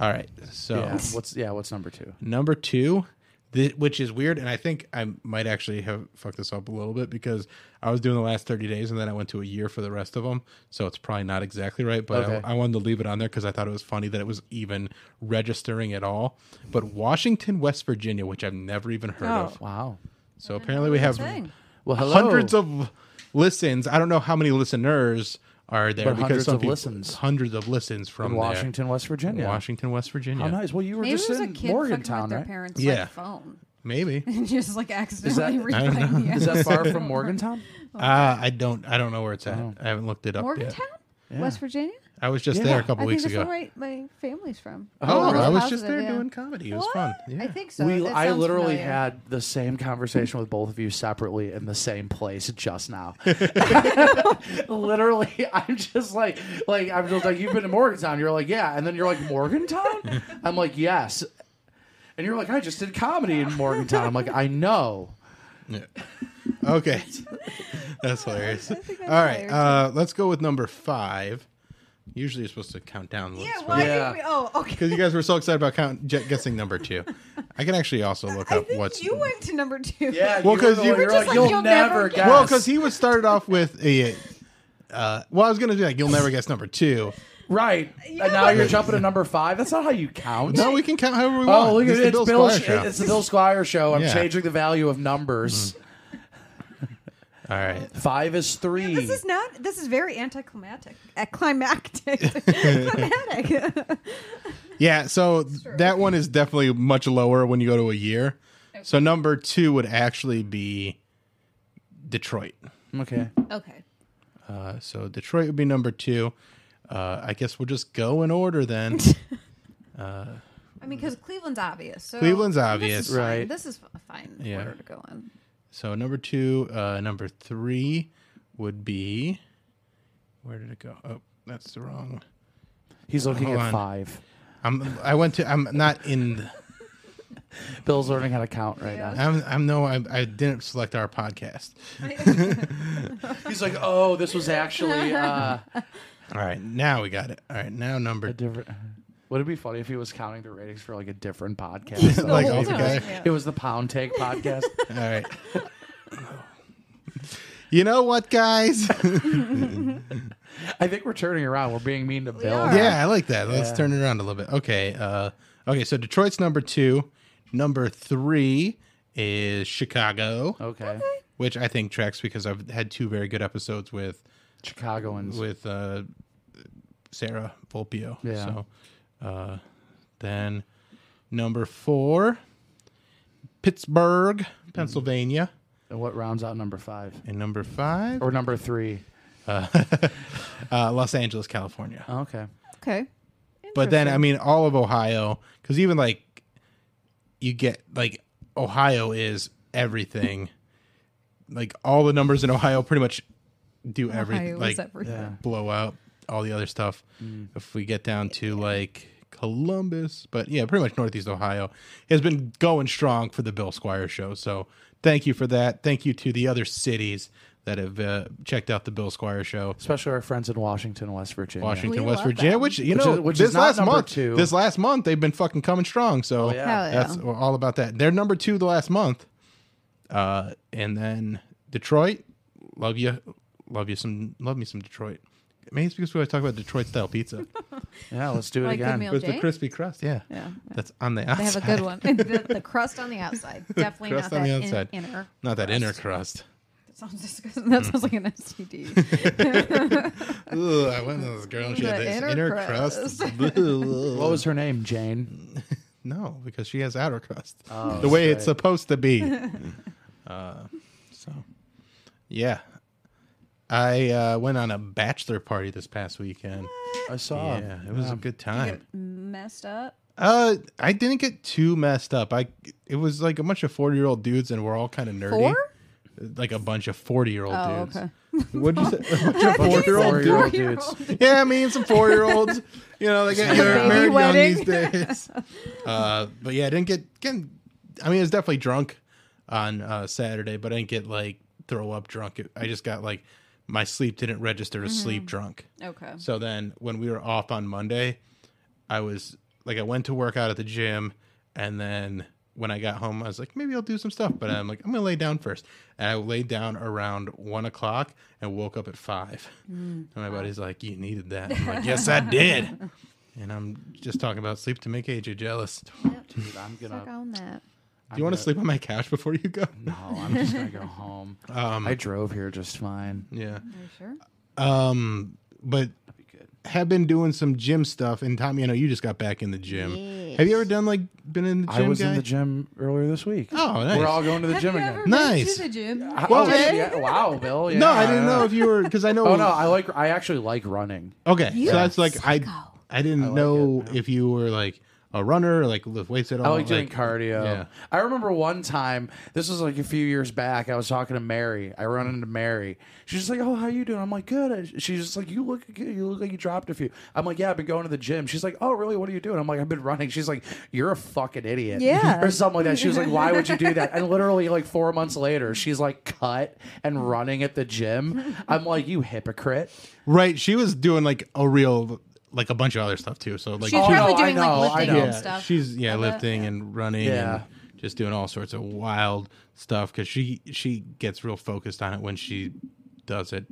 Speaker 1: right. So
Speaker 4: Um,
Speaker 2: Yeah. What's yeah, what's number two?
Speaker 1: number two, Th- which is weird, and I think I might actually have fucked this up a little bit because I was doing the last thirty days, and then I went to a year for the rest of them, so it's probably not exactly right. But
Speaker 2: Okay.
Speaker 1: I, I wanted to leave it on there because I thought it was funny that it was even registering at all. But Washington, West Virginia, which I've never even heard
Speaker 5: Oh.
Speaker 1: of,
Speaker 2: Wow.
Speaker 1: so apparently we have
Speaker 5: Thing.
Speaker 2: Well, hello.
Speaker 1: hundreds of listens. I don't know how many listeners are there
Speaker 2: But
Speaker 1: because
Speaker 2: hundreds
Speaker 1: some
Speaker 2: of
Speaker 1: people-
Speaker 2: listens.
Speaker 1: hundreds of listens from
Speaker 2: from
Speaker 1: there.
Speaker 2: Washington, West Virginia.
Speaker 1: Washington, West Virginia.
Speaker 2: How nice. Well, you were
Speaker 5: Maybe
Speaker 2: just
Speaker 5: it was a
Speaker 2: in
Speaker 5: kid fucking with
Speaker 2: Morgantown,
Speaker 5: their
Speaker 2: right?
Speaker 5: parents'
Speaker 1: Yeah.
Speaker 5: like, phone.
Speaker 1: Maybe.
Speaker 5: And just like accidentally
Speaker 2: I
Speaker 1: don't
Speaker 5: replaying the
Speaker 2: Is that
Speaker 5: episode
Speaker 2: far from
Speaker 5: over.
Speaker 2: Morgantown?
Speaker 1: Uh, I don't. I don't know where it's at. I haven't looked it up
Speaker 4: Morgantown,
Speaker 1: yet.
Speaker 4: West Virginia.
Speaker 1: I was just
Speaker 2: Yeah.
Speaker 1: there a couple
Speaker 4: I think
Speaker 1: weeks
Speaker 4: that's where
Speaker 1: ago.
Speaker 4: my, my family's from.
Speaker 1: Oh,
Speaker 4: Real
Speaker 1: I was
Speaker 4: Houses
Speaker 1: just
Speaker 4: of-
Speaker 1: there
Speaker 4: yeah.
Speaker 1: doing comedy. It was
Speaker 4: What?
Speaker 1: fun. Yeah.
Speaker 4: I think so.
Speaker 2: we,
Speaker 4: That
Speaker 2: I
Speaker 4: sounds
Speaker 2: literally
Speaker 4: familiar.
Speaker 2: had the same conversation with both of you separately in the same place just now. literally, I'm just like, like I'm just like, you've been to Morgantown. You're like, yeah, and then you're like, Morgantown. I'm like, yes, and you're like, I just did comedy in Morgantown. I'm like, I know.
Speaker 1: Okay, that's hilarious. All right, uh, let's go with number five. Usually, you're supposed to count down.
Speaker 5: Yeah, why
Speaker 2: Yeah.
Speaker 5: did we? Oh, okay.
Speaker 1: Because you guys were so excited about count j- guessing number two. I can actually also look
Speaker 5: I
Speaker 1: up
Speaker 5: think
Speaker 1: what's
Speaker 5: you went to number two.
Speaker 1: Well, 'cause you-
Speaker 5: were just like, "You'll never guess."
Speaker 1: well because he was started off with a. Uh, well, I was gonna be like, you'll never guess number two.
Speaker 2: right, and now you're jumping to number five. That's not how you count.
Speaker 1: No, we can count however we want.
Speaker 2: Oh, look at
Speaker 1: This
Speaker 2: it.
Speaker 1: is
Speaker 2: It's
Speaker 1: the
Speaker 2: Bill,
Speaker 1: Squire Show.
Speaker 2: it's the Bill Squire show. I'm
Speaker 1: Yeah.
Speaker 2: changing the value of numbers.
Speaker 1: All right.
Speaker 2: Five is three.
Speaker 5: This is not. This is very anticlimactic. Uh, Climactic. Climatic.
Speaker 1: Yeah, so that one is definitely much lower when you go to a year. So number two would actually be Detroit.
Speaker 2: okay.
Speaker 5: okay.
Speaker 1: Uh, so Detroit would be number two. Uh, I guess we'll just go in order then.
Speaker 5: I mean, because Cleveland's obvious. So
Speaker 1: Cleveland's
Speaker 5: this is
Speaker 1: obvious.
Speaker 5: fine.
Speaker 2: Right.
Speaker 5: This is a fine
Speaker 1: Yeah.
Speaker 5: order to go in.
Speaker 1: so number two, uh, number three would be. Where did it go? Oh, that's the wrong.
Speaker 2: He's looking
Speaker 1: Hold
Speaker 2: at
Speaker 1: on.
Speaker 2: five.
Speaker 1: I'm. I went to. I'm not in. The,
Speaker 2: Bill's learning how to count right now.
Speaker 1: I'm. I'm no. I, I didn't select our podcast.
Speaker 2: He's like, oh, this was actually uh,
Speaker 1: All right, now we got it. All right, now number
Speaker 2: a different. Would it be funny if he was counting the ratings for like a different podcast?
Speaker 1: like
Speaker 2: Like,
Speaker 1: all the guy-
Speaker 2: it was the Pound Take podcast.
Speaker 1: All right. You know what, guys?
Speaker 2: I think we're turning around. We're being mean to Bill.
Speaker 5: are.
Speaker 1: yeah, I like that. Let's
Speaker 2: Yeah.
Speaker 1: turn it around a little bit. Okay. Uh, okay. So Detroit's number two. Number three is Chicago,
Speaker 2: Okay.
Speaker 1: which I think tracks because I've had two very good episodes with
Speaker 2: Chicagoans.
Speaker 1: with uh, Sarah Volpio.
Speaker 2: Yeah.
Speaker 1: So uh, then number four, Pittsburgh,
Speaker 2: Mm-hmm.
Speaker 1: Pennsylvania,
Speaker 2: And what rounds out number five
Speaker 1: and number five,
Speaker 2: or number three?
Speaker 1: uh, Los Angeles, California.
Speaker 2: Okay.
Speaker 4: Okay.
Speaker 1: but then I mean all of Ohio because even like you get like Ohio is everything, like all the numbers in Ohio pretty much do
Speaker 5: Ohio
Speaker 1: everything,
Speaker 5: is
Speaker 1: like
Speaker 5: everything.
Speaker 2: Yeah.
Speaker 1: blow out all the other stuff. If we get down to like Columbus, but yeah, pretty much Northeast Ohio has been going strong for the Bill Squire show. So thank you for that. Thank you to the other cities that have uh, checked out the Bill Squire show.
Speaker 2: Especially our friends in Washington, West Virginia.
Speaker 1: Washington,
Speaker 5: We
Speaker 1: West
Speaker 5: love
Speaker 1: Virginia,
Speaker 5: them.
Speaker 1: which you
Speaker 2: Which
Speaker 1: know,
Speaker 2: is- which
Speaker 1: this
Speaker 2: is not
Speaker 1: last
Speaker 2: number
Speaker 1: month,
Speaker 2: two.
Speaker 1: this last month they've been fucking coming strong. So
Speaker 2: Oh, yeah.
Speaker 4: Hell yeah.
Speaker 1: that's we're all about that. They're number two the last month, uh, and then Detroit, love you, love you some, love me some Detroit. Maybe it's because we always talk about Detroit style pizza
Speaker 2: Yeah, let's do it
Speaker 5: Like good
Speaker 2: again.
Speaker 5: meal.
Speaker 1: with the
Speaker 5: Jane?
Speaker 1: crispy crust. Yeah,
Speaker 5: Yeah.
Speaker 1: that's on the outside.
Speaker 5: They have a good one. the, the crust on the outside. Definitely
Speaker 1: Crust
Speaker 5: not
Speaker 1: on
Speaker 5: that in-
Speaker 1: the outside.
Speaker 5: inner.
Speaker 1: Not that inner crust.
Speaker 5: That sounds disgusting. That sounds like an STD.
Speaker 1: Ugh, I went to this girl and she had
Speaker 5: The
Speaker 1: this
Speaker 5: inner
Speaker 1: inner crust.
Speaker 5: crust.
Speaker 2: What was her name? Jane.
Speaker 1: no, because she has outer crust.
Speaker 2: Oh,
Speaker 1: the way
Speaker 2: that's
Speaker 1: it's
Speaker 2: right.
Speaker 1: supposed to be. uh, so, yeah. I uh, went on a bachelor party this past weekend.
Speaker 2: I saw. Um,
Speaker 1: Yeah, it was a good time.
Speaker 5: Messed up.
Speaker 1: Uh, I didn't get too messed up. I it was like a bunch of forty year old dudes, and we're all kind of nerdy.
Speaker 5: Four?
Speaker 1: Like a bunch of forty year old
Speaker 5: Oh,
Speaker 1: dudes.
Speaker 5: okay.
Speaker 1: What'd you say? A bunch of
Speaker 5: He
Speaker 1: four
Speaker 5: said
Speaker 1: year old dudes.
Speaker 2: four-year-old
Speaker 5: four-year-old.
Speaker 1: Yeah, I mean some four year olds. You know, they get
Speaker 5: Like a baby
Speaker 1: married young
Speaker 5: wedding.
Speaker 1: these days. Uh, but yeah, I didn't get, get. I mean, I was definitely drunk on uh, Saturday, but I didn't get like throw up drunk. It- I just got like my sleep didn't register as sleep drunk.
Speaker 5: Okay.
Speaker 1: So then when we were off on Monday, I was like I went to work out at the gym and then when I got home, I was like, maybe I'll do some stuff, but I'm like, I'm gonna lay down first. And I laid down around one o'clock and woke up at five. And my buddy's like, you needed that. I'm like, yes, I did. And I'm just talking about sleep to make AJ jealous. Do
Speaker 2: Dude, I'm
Speaker 4: Suck
Speaker 2: gonna.
Speaker 4: on that.
Speaker 1: you want to sleep on my couch before you go?
Speaker 2: No, I'm just gonna go home.
Speaker 1: Um,
Speaker 2: I drove here just fine.
Speaker 1: Yeah.
Speaker 5: Are you sure?
Speaker 1: Um, but
Speaker 2: That'd be good.
Speaker 1: have been doing some gym stuff. And Tommy, I know you just got back in the gym. Have you ever done like been in the gym?
Speaker 2: I was
Speaker 1: guy?
Speaker 2: in the gym earlier this week.
Speaker 1: Oh, nice.
Speaker 2: We're all going to the
Speaker 5: Have
Speaker 2: gym
Speaker 5: you
Speaker 2: again.
Speaker 5: ever been
Speaker 1: Nice.
Speaker 5: to the gym?
Speaker 2: I-
Speaker 1: Well,
Speaker 2: oh,
Speaker 1: hey.
Speaker 2: yeah, wow, Bill. Yeah,
Speaker 1: no, I didn't
Speaker 2: yeah.
Speaker 1: know if you were because I know.
Speaker 2: Oh no, I like. I actually like running.
Speaker 1: Okay,
Speaker 4: You
Speaker 1: so that's
Speaker 4: are a
Speaker 1: like I
Speaker 4: psycho.
Speaker 1: I didn't
Speaker 2: like
Speaker 1: know
Speaker 2: it,
Speaker 1: if you were like a runner, like lift weights at all.
Speaker 2: I like doing cardio.
Speaker 1: yeah.
Speaker 2: I remember one time, this was like a few years back, I was talking to Mary. I run into Mary. She's just like, Oh, how you doing? I'm like, Good. She's just like, You look good. You look like you dropped a few. I'm like, Yeah, I've been going to the gym. She's like, Oh, really? What are you doing? I'm like, I've been running. She's like, You're a fucking idiot.
Speaker 4: Yeah.
Speaker 2: or something like that. She was like, Why would you do that? And literally, like four months later, she's like cut and running at the gym. I'm like, You hypocrite.
Speaker 1: Right, she was doing like a real like a bunch of other stuff too. So like
Speaker 4: Oh,
Speaker 5: She's
Speaker 1: she-
Speaker 5: probably
Speaker 2: no, I
Speaker 5: doing
Speaker 2: know, I
Speaker 5: like lifting
Speaker 2: know.
Speaker 5: and
Speaker 1: yeah,
Speaker 5: stuff.
Speaker 1: She's
Speaker 5: I
Speaker 1: yeah,
Speaker 5: bet.
Speaker 1: lifting and running
Speaker 2: Yeah.
Speaker 1: and just doing all sorts of wild stuff because she she gets real focused on it when she does it,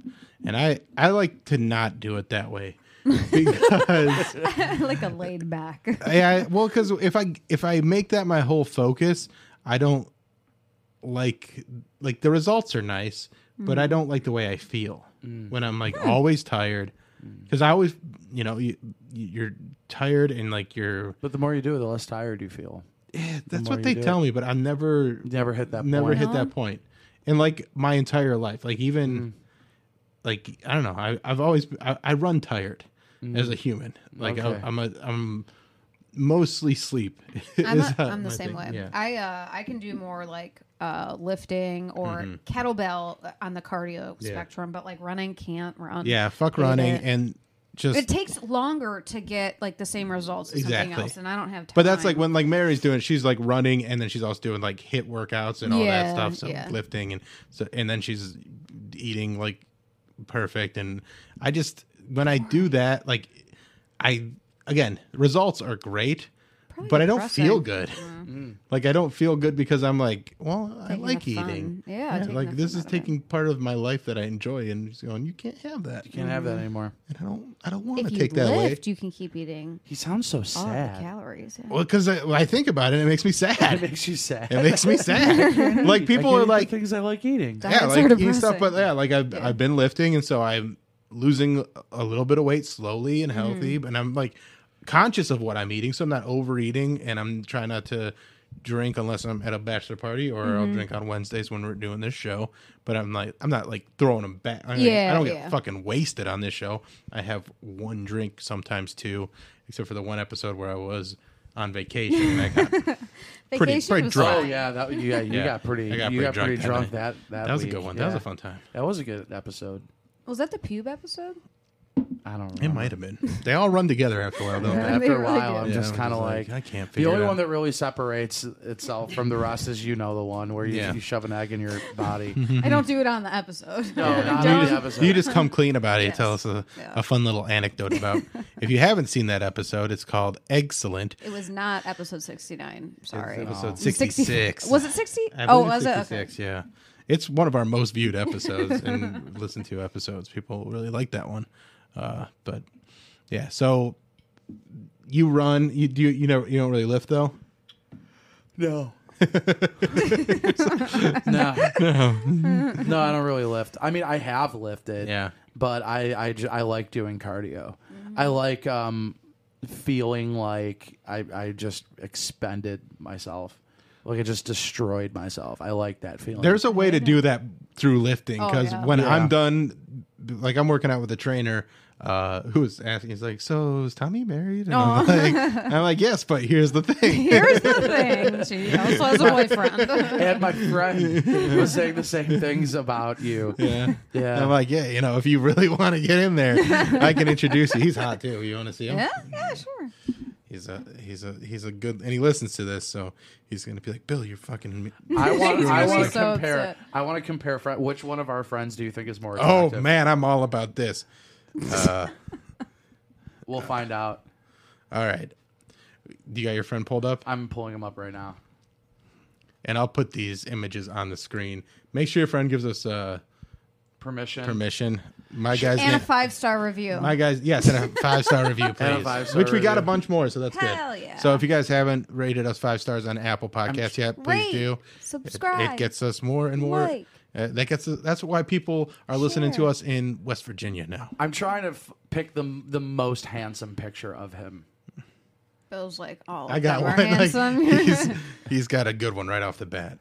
Speaker 1: and I I like to not do it that way because
Speaker 5: like a laid back.
Speaker 1: yeah, I- well, because if I if I make that my whole focus, I don't like like the results are nice, but I don't like the way I feel when I'm like always tired. Because I always, you know, you, you're tired and like you're.
Speaker 2: But the more you do it, the less tired you feel.
Speaker 1: Yeah, that's
Speaker 2: more
Speaker 1: what
Speaker 2: you
Speaker 1: they
Speaker 2: do
Speaker 1: tell me, but I never
Speaker 2: Never hit that
Speaker 1: never
Speaker 2: point.
Speaker 1: hit that point in like my entire life like even
Speaker 2: Mm.
Speaker 1: like i don't know I, i've always I, I run tired as a human like
Speaker 2: Mm. Okay.
Speaker 1: I, i'm a i'm mostly sleep
Speaker 4: I'm,
Speaker 1: is
Speaker 4: a,
Speaker 1: how-
Speaker 4: I'm the
Speaker 1: my
Speaker 4: same
Speaker 1: thing.
Speaker 4: way.
Speaker 1: yeah.
Speaker 4: I uh, I can do more like uh, lifting or
Speaker 1: Mm-hmm.
Speaker 4: kettlebell on the cardio spectrum, but like running can't run.
Speaker 1: yeah fuck
Speaker 4: Hate
Speaker 1: running
Speaker 4: it.
Speaker 1: and just
Speaker 4: It takes longer to get like the same results as something
Speaker 1: Exactly.
Speaker 4: else, and I don't have time.
Speaker 1: but that's like when like Mary's doing she's like running and then she's also doing like hit workouts and all
Speaker 4: Yeah,
Speaker 1: that stuff so
Speaker 4: yeah.
Speaker 1: lifting and so and then she's eating like perfect and I just when I do that like I again results are great but I don't feel
Speaker 4: depressing. Mm.
Speaker 1: good
Speaker 2: Mm.
Speaker 1: like I don't feel good because I'm like well I like
Speaker 4: the fun.
Speaker 1: eating
Speaker 4: Yeah, taking the
Speaker 1: like this is
Speaker 4: fun out of it.
Speaker 1: taking part of my life that I enjoy and she's going you can't have that
Speaker 2: Can't have that anymore.
Speaker 1: and I don't I don't want
Speaker 4: if
Speaker 1: to
Speaker 4: you
Speaker 1: take that away
Speaker 4: lift, you can keep eating
Speaker 2: He sounds so
Speaker 4: all of the
Speaker 2: sad.
Speaker 4: calories. yeah.
Speaker 1: well because I, when I think about it it makes me
Speaker 2: It
Speaker 1: sad
Speaker 2: makes you sad.
Speaker 1: It makes me sad. like people are
Speaker 2: I can't eat the
Speaker 1: like,
Speaker 2: things I like eating.
Speaker 4: That-
Speaker 1: yeah,
Speaker 4: Diets are
Speaker 1: like eating stuff,
Speaker 4: depressing.
Speaker 1: but yeah, like I've I've been lifting, and so I'm losing a little bit of weight slowly
Speaker 4: Mm-hmm.
Speaker 1: and healthy, and I'm like conscious of what I'm eating, so I'm not overeating, and I'm trying not to drink unless I'm at a bachelor party or
Speaker 4: Mm-hmm.
Speaker 1: I'll drink on Wednesdays when we're doing this show. But I'm like, I'm not like throwing them back. I, mean,
Speaker 4: Yeah,
Speaker 1: I don't
Speaker 4: yeah.
Speaker 1: get fucking wasted on this show. I have one drink, sometimes two, except for the one episode where I was on vacation and I got pretty-
Speaker 4: Vacation
Speaker 1: pretty
Speaker 4: was
Speaker 1: dry.
Speaker 4: fun.
Speaker 2: Oh yeah, that you got, you
Speaker 1: Yeah.
Speaker 2: got pretty.
Speaker 1: I got
Speaker 2: you
Speaker 1: pretty
Speaker 2: got pretty
Speaker 1: drunk
Speaker 2: drunk that that.
Speaker 1: that was a
Speaker 2: week.
Speaker 1: good one. That was
Speaker 2: Yeah.
Speaker 1: a fun time.
Speaker 2: That was a good episode.
Speaker 4: Was that the pube episode?
Speaker 2: I don't.
Speaker 1: It
Speaker 2: Remember.
Speaker 1: might have been. They all run together after a while, don't they?
Speaker 2: After a
Speaker 4: really
Speaker 2: while,
Speaker 4: did.
Speaker 2: I'm
Speaker 1: Yeah,
Speaker 2: just
Speaker 1: I'm
Speaker 2: kind of
Speaker 1: just like,
Speaker 2: like,
Speaker 1: I can't
Speaker 2: The
Speaker 1: figure
Speaker 2: only
Speaker 1: it
Speaker 2: one
Speaker 1: out.
Speaker 2: that really separates itself from the rest is you know the one where you,
Speaker 1: Yeah.
Speaker 2: you shove an egg in your body.
Speaker 1: Mm-hmm.
Speaker 4: I don't do it on the episode.
Speaker 2: no, not
Speaker 4: Don't.
Speaker 2: on the episode.
Speaker 1: You just come clean about it. You tell us a, a fun little anecdote about. if you haven't seen that episode, it's called Excellent.
Speaker 4: It was not episode 69. Sorry.
Speaker 1: It's episode
Speaker 4: It was 60
Speaker 1: 66.
Speaker 4: Was it 60?
Speaker 1: I
Speaker 4: Oh,
Speaker 1: believe it's
Speaker 4: was it? Okay.
Speaker 1: 66, Yeah, it's one of our most viewed episodes and listened to episodes. People really like that one. Uh, but yeah, so you run. You do. You never. You don't really lift though.
Speaker 2: no. no, no, I don't really lift. I mean, I have lifted.
Speaker 1: Yeah.
Speaker 2: But I I, ju- I like doing cardio.
Speaker 1: Mm-hmm.
Speaker 2: I like um feeling like I I just expended myself. Like I just destroyed myself. I like that feeling.
Speaker 1: There's a way to do that through lifting
Speaker 4: Oh,
Speaker 1: because
Speaker 4: yeah.
Speaker 1: when
Speaker 2: Yeah.
Speaker 1: I'm done, like I'm working out with a trainer uh, who was asking, he's like, "So is Tommy married?" And
Speaker 4: Oh.
Speaker 1: I'm, like, I'm like, "Yes, but here's the thing."
Speaker 5: Here's the thing.
Speaker 4: She also has a boyfriend.
Speaker 2: and my friend was saying the same things about you.
Speaker 1: yeah.
Speaker 2: Yeah.
Speaker 1: I'm like, "Yeah, you know, if you really want to get in there, I can introduce you. He's hot too. You want to see him?
Speaker 4: yeah, yeah, sure.
Speaker 1: He's a he's a he's a good, and he listens to this, so he's gonna be like, "Bill, you're fucking." me."
Speaker 2: I want.
Speaker 4: He's
Speaker 2: I
Speaker 4: gonna
Speaker 2: want
Speaker 4: be
Speaker 2: to
Speaker 4: so
Speaker 2: compare.
Speaker 4: upset.
Speaker 2: I want to compare. Fri- which one of our friends do you think is more?
Speaker 1: Oh
Speaker 2: attractive?
Speaker 1: man, I'm all about this.
Speaker 2: We'll find out.
Speaker 1: All right, you got your friend pulled up.
Speaker 2: I'm pulling him up right now.
Speaker 1: and I'll put these images on the screen. Make sure your friend gives us uh,
Speaker 2: Permission.
Speaker 1: permission. My guy's
Speaker 4: and
Speaker 1: name,
Speaker 4: a five star review.
Speaker 1: my guys, yes, and a five star review, please.
Speaker 2: five-star
Speaker 1: Which we got a
Speaker 2: review.
Speaker 1: bunch more, so that's
Speaker 5: Hell
Speaker 1: good.
Speaker 5: yeah.
Speaker 1: So if you guys haven't rated us five stars on Apple Podcasts yet, please
Speaker 4: Rate,
Speaker 1: do.
Speaker 4: subscribe,
Speaker 1: It gets us more and more.
Speaker 4: like.
Speaker 1: Uh, that gets us, that's why people are listening to us in West Virginia now.
Speaker 2: I'm trying to f- pick the the most handsome picture of him.
Speaker 4: Bill's like, oh,
Speaker 1: I got one. like, he's, he's got a good one right off the bat.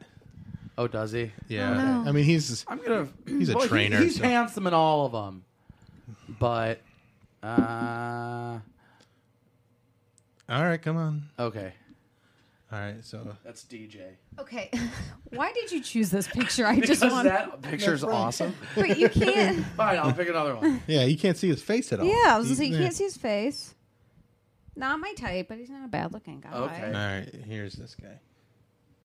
Speaker 2: Oh, does he?
Speaker 1: Yeah, I mean he's
Speaker 2: I'm gonna.
Speaker 1: He's a
Speaker 2: Well, he-
Speaker 1: trainer,
Speaker 2: he's
Speaker 1: so-
Speaker 2: handsome in all of them, but uh,
Speaker 1: all right. Come on,
Speaker 2: okay,
Speaker 1: all right. So
Speaker 2: that's DJ.
Speaker 4: okay, why did you choose this picture? I just
Speaker 2: Because
Speaker 4: want.
Speaker 2: that picture's awesome.
Speaker 4: Wait, you can't.
Speaker 2: Fine, I'll pick another one.
Speaker 1: yeah, you can't see his face at all.
Speaker 4: Yeah, I was gonna say
Speaker 1: He-
Speaker 4: you can't see his face. Not my type, but he's not a bad looking guy.
Speaker 2: Okay.
Speaker 1: All right, here's this guy.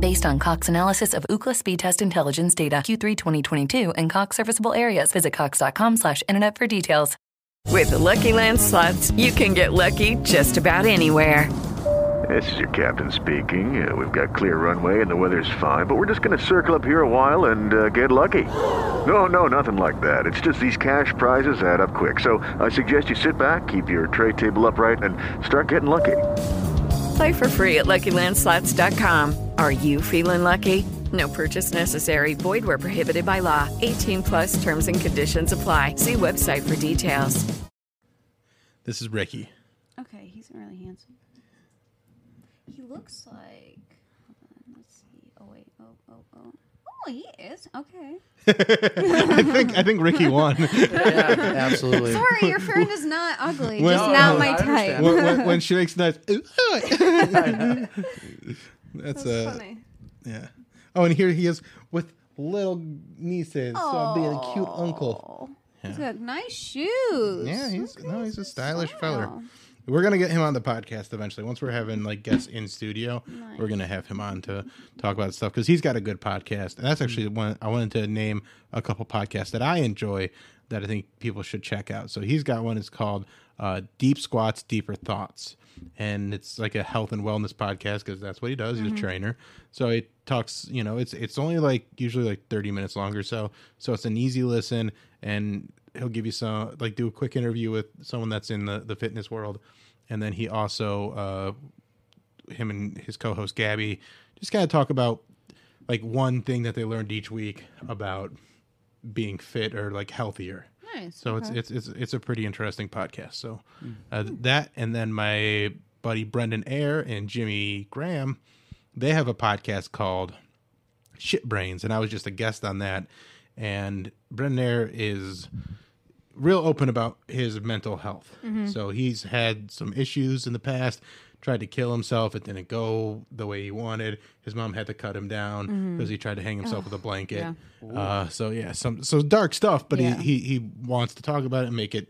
Speaker 6: Based on Cox analysis of Ookla speed test intelligence data Q3 2022 and Cox serviceable areas, visit cox.com/internet slash internet for details.
Speaker 7: With the Lucky Land slots, you can get lucky just about anywhere.
Speaker 8: This is your captain speaking. Uh, we've got clear runway and the weather's fine, but we're just going to circle up here a while and uh, get lucky. No, no, nothing like that. It's just these cash prizes add up quick. So I suggest you sit back, keep your tray table upright, and start getting lucky.
Speaker 7: Play for free at LuckyLandSlots.com. Are you feeling lucky? No purchase necessary. Void where prohibited by law. 18 plus terms and conditions apply. See website for details.
Speaker 1: This is Ricky.
Speaker 4: Okay, he's not really handsome. He looks like. Hold on, let's see. Oh wait. Oh oh oh. Oh, he is. Okay.
Speaker 1: I think I think Ricky won.
Speaker 2: Absolutely.
Speaker 4: Sorry, your friend is not ugly.
Speaker 1: Well-
Speaker 4: just
Speaker 1: No,
Speaker 4: not
Speaker 1: no,
Speaker 4: my
Speaker 2: I
Speaker 4: type.
Speaker 2: understand.
Speaker 1: when, when, when she makes nice. That's uh,
Speaker 5: funny.
Speaker 1: yeah. Oh, and here he is with little nieces, so I'll be a cute uncle.
Speaker 4: He's got nice shoes.
Speaker 1: Yeah, he's
Speaker 4: Look at
Speaker 1: no,
Speaker 4: his
Speaker 1: he's a stylish feller.
Speaker 4: style.
Speaker 1: We're gonna get him on the podcast eventually. Once we're having like guests in studio, we're gonna have him on to talk about stuff because he's got a good podcast. And that's actually one I wanted to name a couple podcasts that I enjoy that I think people should check out. So he's got one. It's called uh, Deep Squats, Deeper Thoughts, and it's like a health and wellness podcast because that's what he does. He's a trainer, so it talks. You know, it's it's only like usually like thirty minutes long or so. So it's an easy listen and he'll give you some like do a quick interview with someone that's in the, the fitness world and then he also uh, him and his co-host Gabby just kind of talk about like one thing that they learned each week about being fit or like healthier.
Speaker 4: Nice,
Speaker 1: So it's it's it's it's a pretty interesting podcast. So uh, that and then my buddy Brendan Ayer and Jimmy Graham, they have a podcast called Shit Brains, and I was just a guest on that. And Brendan Ayer is real open about his mental health. So he's had some issues in the past, tried to kill himself. It didn't go the way he wanted. His mom had to cut him down because he tried to hang himself with a blanket. Uh, so yeah, some so dark stuff, but
Speaker 4: Yeah.
Speaker 1: he, he he wants to talk about it and make it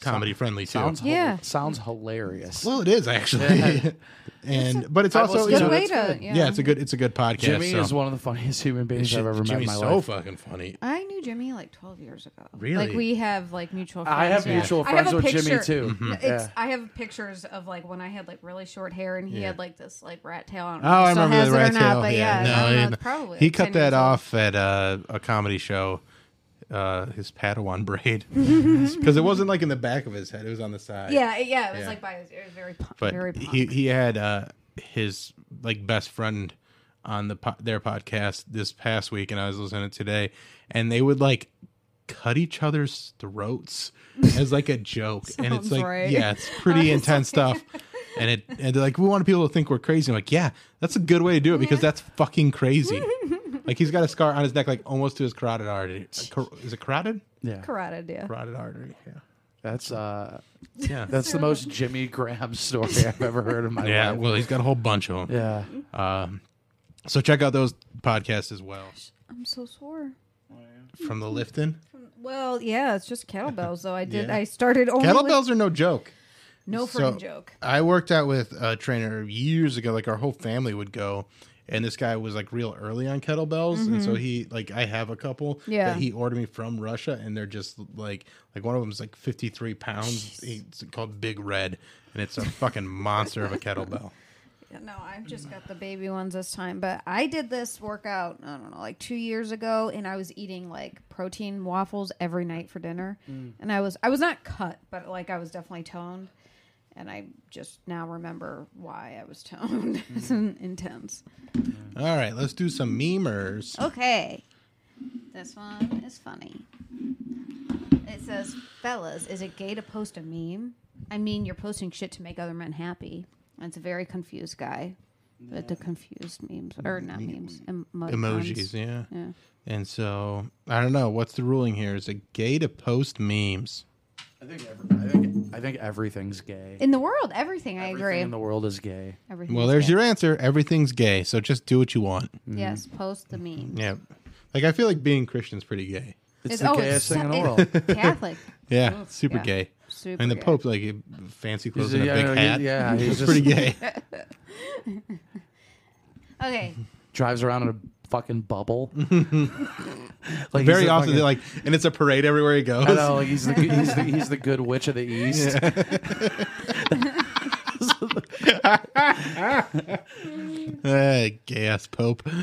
Speaker 1: comedy friendly too.
Speaker 2: Sounds hil-
Speaker 4: Yeah.
Speaker 2: sounds hilarious.
Speaker 1: well, it is actually, and but it's
Speaker 2: I
Speaker 1: also
Speaker 2: listen
Speaker 1: you
Speaker 2: to
Speaker 4: Good
Speaker 1: know,
Speaker 2: it.
Speaker 4: way
Speaker 2: it's
Speaker 4: to.
Speaker 2: good.
Speaker 4: Yeah.
Speaker 1: it's a good it's a good podcast.
Speaker 2: Jimmy
Speaker 1: so.
Speaker 2: is one of the funniest human beings I've ever met in
Speaker 1: Jimmy's
Speaker 2: my
Speaker 1: so
Speaker 2: life.
Speaker 1: fucking funny.
Speaker 4: I knew Jimmy like 12 years ago.
Speaker 1: Really?
Speaker 4: Like we have like mutual friends.
Speaker 2: I have
Speaker 4: yeah.
Speaker 2: mutual
Speaker 5: I have
Speaker 2: friends
Speaker 5: a
Speaker 2: with Jimmy
Speaker 5: picture.
Speaker 2: too.
Speaker 1: Mm-hmm.
Speaker 5: It's, I have pictures of like when I had like really short hair and he had like this like rat tail on.
Speaker 1: Oh, I remember
Speaker 4: has
Speaker 1: the
Speaker 4: it or
Speaker 1: rat
Speaker 4: not,
Speaker 1: tail.
Speaker 4: but
Speaker 1: yeah,
Speaker 4: yeah, I
Speaker 1: no,
Speaker 4: don't know,
Speaker 1: he-
Speaker 4: it's probably
Speaker 1: he
Speaker 4: like
Speaker 1: cut
Speaker 4: 10
Speaker 1: that
Speaker 4: years old.
Speaker 1: off at uh, a comedy show. Uh, his Padawan braid, because it wasn't like in the back of his head; it was on the side.
Speaker 5: yeah, it- yeah. It was
Speaker 1: Yeah.
Speaker 5: like by his, it was very punk,
Speaker 1: but
Speaker 5: very punk.
Speaker 1: he he had uh, his like best friend on the po- their podcast this past week, and I was listening to it today, and they would like cut each other's throats as like a joke, and it's
Speaker 5: Sounds
Speaker 1: like
Speaker 5: right.
Speaker 1: yeah, it's pretty intense stuff. And it and they're like, we want people to think we're crazy. I'm like, yeah, that's a good way to do it because that's fucking crazy. like he's got a scar on his neck, like almost to his carotid artery. Car- is it carotid?
Speaker 2: Yeah,
Speaker 5: Carotid, yeah.
Speaker 1: Carotid artery. Yeah.
Speaker 2: that's uh,
Speaker 1: Yeah.
Speaker 2: that's the most Jimmy Graham story I've ever heard in my
Speaker 1: yeah.
Speaker 2: life.
Speaker 1: Well, he's got a whole bunch of them.
Speaker 2: yeah,
Speaker 1: So check out those podcasts as well.
Speaker 4: I'm so sore.
Speaker 1: From the Lifton?
Speaker 5: Well, yeah, it's just kettlebells. Though I did. I started only
Speaker 1: Kettlebells
Speaker 5: With,
Speaker 1: are no joke.
Speaker 5: no
Speaker 1: So,
Speaker 5: freaking joke.
Speaker 1: I worked out with a trainer years ago. Like our whole family would go, and this guy was like real early on kettlebells, and so he like I have a couple
Speaker 4: Yeah.
Speaker 1: that he ordered me from Russia, and they're just like like one of them's like fifty three pounds. It's called Big Red, and it's a fucking monster of a kettlebell.
Speaker 4: No, I've just got the baby ones this time. But I did this workout, I don't know, like two years ago, and I was eating like protein waffles every night for dinner.
Speaker 1: Mm.
Speaker 4: And I was I was not cut, but like I was definitely toned. And I just now remember why I was toned. it's
Speaker 1: Mm.
Speaker 4: in- intense.
Speaker 1: All right, let's do some memers.
Speaker 4: Oh, Okay. This one is funny. It says, Fellas, is it gay to post a meme? I mean, you're posting shit to make other men happy. And it's a very confused guy. But the confused memes,
Speaker 2: Mm,
Speaker 4: or not memes, emo-
Speaker 1: Emojis, yeah.
Speaker 4: Yeah.
Speaker 1: And so I don't know what's the ruling here. Is it gay to post memes?
Speaker 2: I think, every, I think I think everything's gay.
Speaker 4: In the world, everything, I
Speaker 2: Everything
Speaker 4: agree.
Speaker 2: in the world is gay.
Speaker 4: everything
Speaker 1: Well,
Speaker 4: is
Speaker 1: there's
Speaker 4: gay.
Speaker 1: your answer. Everything's gay, so just do what you want.
Speaker 4: Yes, post the meme. oh,
Speaker 1: Yeah. Like I feel like being Christian's pretty gay.
Speaker 2: It's, the gayest thing in the world.
Speaker 4: Catholic.
Speaker 1: Yeah, super
Speaker 4: yeah.
Speaker 1: gay.
Speaker 4: Super
Speaker 1: and the
Speaker 4: gay.
Speaker 1: Pope, like he- fancy clothes and a
Speaker 2: yeah,
Speaker 1: big
Speaker 2: no, he-
Speaker 1: hat.
Speaker 2: yeah, he's
Speaker 1: he's
Speaker 2: just-
Speaker 1: pretty gay.
Speaker 4: Okay.
Speaker 2: Drives around in a fucking bubble. like he's
Speaker 1: Very often,
Speaker 2: a fucking-
Speaker 1: they're like, and it's a parade everywhere he goes.
Speaker 2: I know, like he's the good- he's the he's the good witch of the east.
Speaker 1: Eh, gay ass Pope.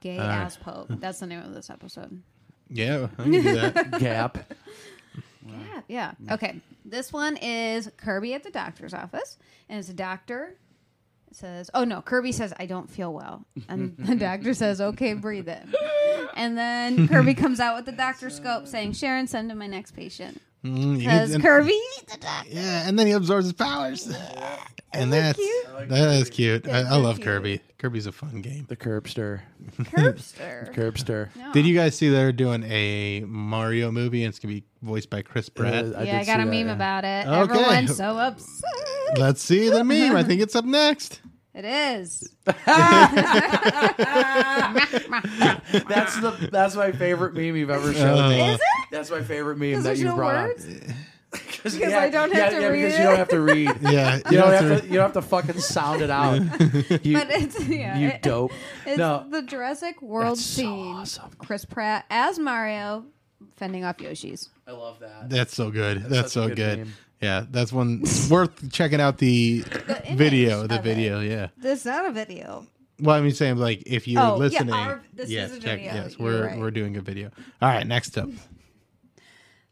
Speaker 4: Gay ass Pope. That's the name of this episode.
Speaker 1: yeah, I can do that.
Speaker 2: Gap.
Speaker 4: Yeah.
Speaker 2: Mm.
Speaker 4: yeah. Okay. This one is Kirby at the doctor's office, and it's a doctor says, "Oh no." Kirby says, "I don't feel well," and the doctor says, "Okay, breathe in." And then Kirby comes out with the doctor's scope, saying, "Sharon, send to my next patient."
Speaker 1: Mm, you
Speaker 4: Because
Speaker 1: can-
Speaker 4: Kirby, the doctor.
Speaker 1: yeah, and then he absorbs his powers. And that's that is cute. I, I love Kirby. Kirby's a fun game.
Speaker 2: The curbster.
Speaker 4: Curbster.
Speaker 2: Curbster.
Speaker 1: Did you guys see they're doing a Mario movie and it's gonna be voiced by Chris Pratt?
Speaker 2: Uh,
Speaker 4: yeah, I
Speaker 2: did
Speaker 4: got
Speaker 2: see
Speaker 4: a
Speaker 2: that,
Speaker 4: meme
Speaker 2: yeah.
Speaker 4: about it.
Speaker 1: Okay.
Speaker 4: Everyone's so upset.
Speaker 1: Let's see the meme. I think it's up next.
Speaker 4: It is.
Speaker 2: That's the that's my favorite meme you've ever shown
Speaker 1: Uh, Uh-huh.
Speaker 2: me. Oh, Is it? That's my favorite meme that
Speaker 5: There's
Speaker 2: you
Speaker 5: no
Speaker 2: brought
Speaker 5: words.
Speaker 2: up.
Speaker 5: Because I don't have to
Speaker 2: yeah,
Speaker 5: read
Speaker 2: because
Speaker 5: it.
Speaker 2: you don't have to read.
Speaker 1: Yeah,
Speaker 2: You don't have
Speaker 1: to-
Speaker 2: to. You don't have to fucking sound it out. You,
Speaker 4: But it's yeah.
Speaker 2: you
Speaker 4: it-
Speaker 2: dope.
Speaker 4: It's
Speaker 2: no,
Speaker 4: the Jurassic World
Speaker 2: That's so
Speaker 4: scene.
Speaker 2: awesome.
Speaker 4: Chris Pratt as Mario fending off Yoshi's.
Speaker 2: I love that.
Speaker 1: That's so good. That's,
Speaker 2: such
Speaker 1: so
Speaker 2: a good
Speaker 1: good.
Speaker 2: meme.
Speaker 1: Yeah, that's one it's worth checking out the, video.
Speaker 4: image
Speaker 1: The
Speaker 4: of
Speaker 1: video, yeah.
Speaker 5: This not a video.
Speaker 1: Well, I'm saying like if you're
Speaker 4: Oh, yeah,
Speaker 1: listening,
Speaker 4: our- this
Speaker 1: yes,
Speaker 4: is a
Speaker 1: check,
Speaker 4: video.
Speaker 1: yes,
Speaker 4: You're
Speaker 1: we're
Speaker 4: right.
Speaker 1: we're doing a video. All right, next up.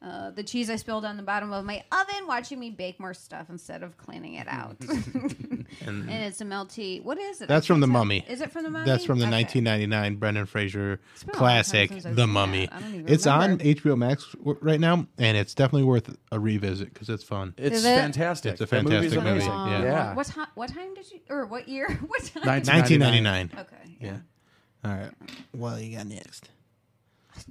Speaker 4: Uh, the cheese I spilled on the bottom of my oven, watching me bake more stuff instead of cleaning it out. and, it's a melty. What is it?
Speaker 1: That's
Speaker 4: I
Speaker 1: from
Speaker 4: can't
Speaker 1: The
Speaker 4: tell.
Speaker 1: Mummy.
Speaker 4: Is it from the mummy?
Speaker 1: That's from the
Speaker 4: Okay.
Speaker 1: 1999 Brendan Fraser
Speaker 4: been a long time
Speaker 1: classic,
Speaker 4: since I've
Speaker 1: The
Speaker 4: seen
Speaker 1: Mummy.
Speaker 4: that. I don't even
Speaker 1: It's on
Speaker 4: remember.
Speaker 1: HBO Max w- right now, and it's definitely worth a revisit because it's fun.
Speaker 2: It's
Speaker 4: Is it?
Speaker 2: fantastic.
Speaker 1: It's a
Speaker 2: That movie's
Speaker 1: fantastic movie,
Speaker 2: amazing.
Speaker 1: yeah.
Speaker 4: Um,
Speaker 2: Yeah.
Speaker 4: What, ti- what time did you, or what year? What time?
Speaker 1: 1999.
Speaker 4: Okay.
Speaker 1: Yeah. All right. Well, you got next.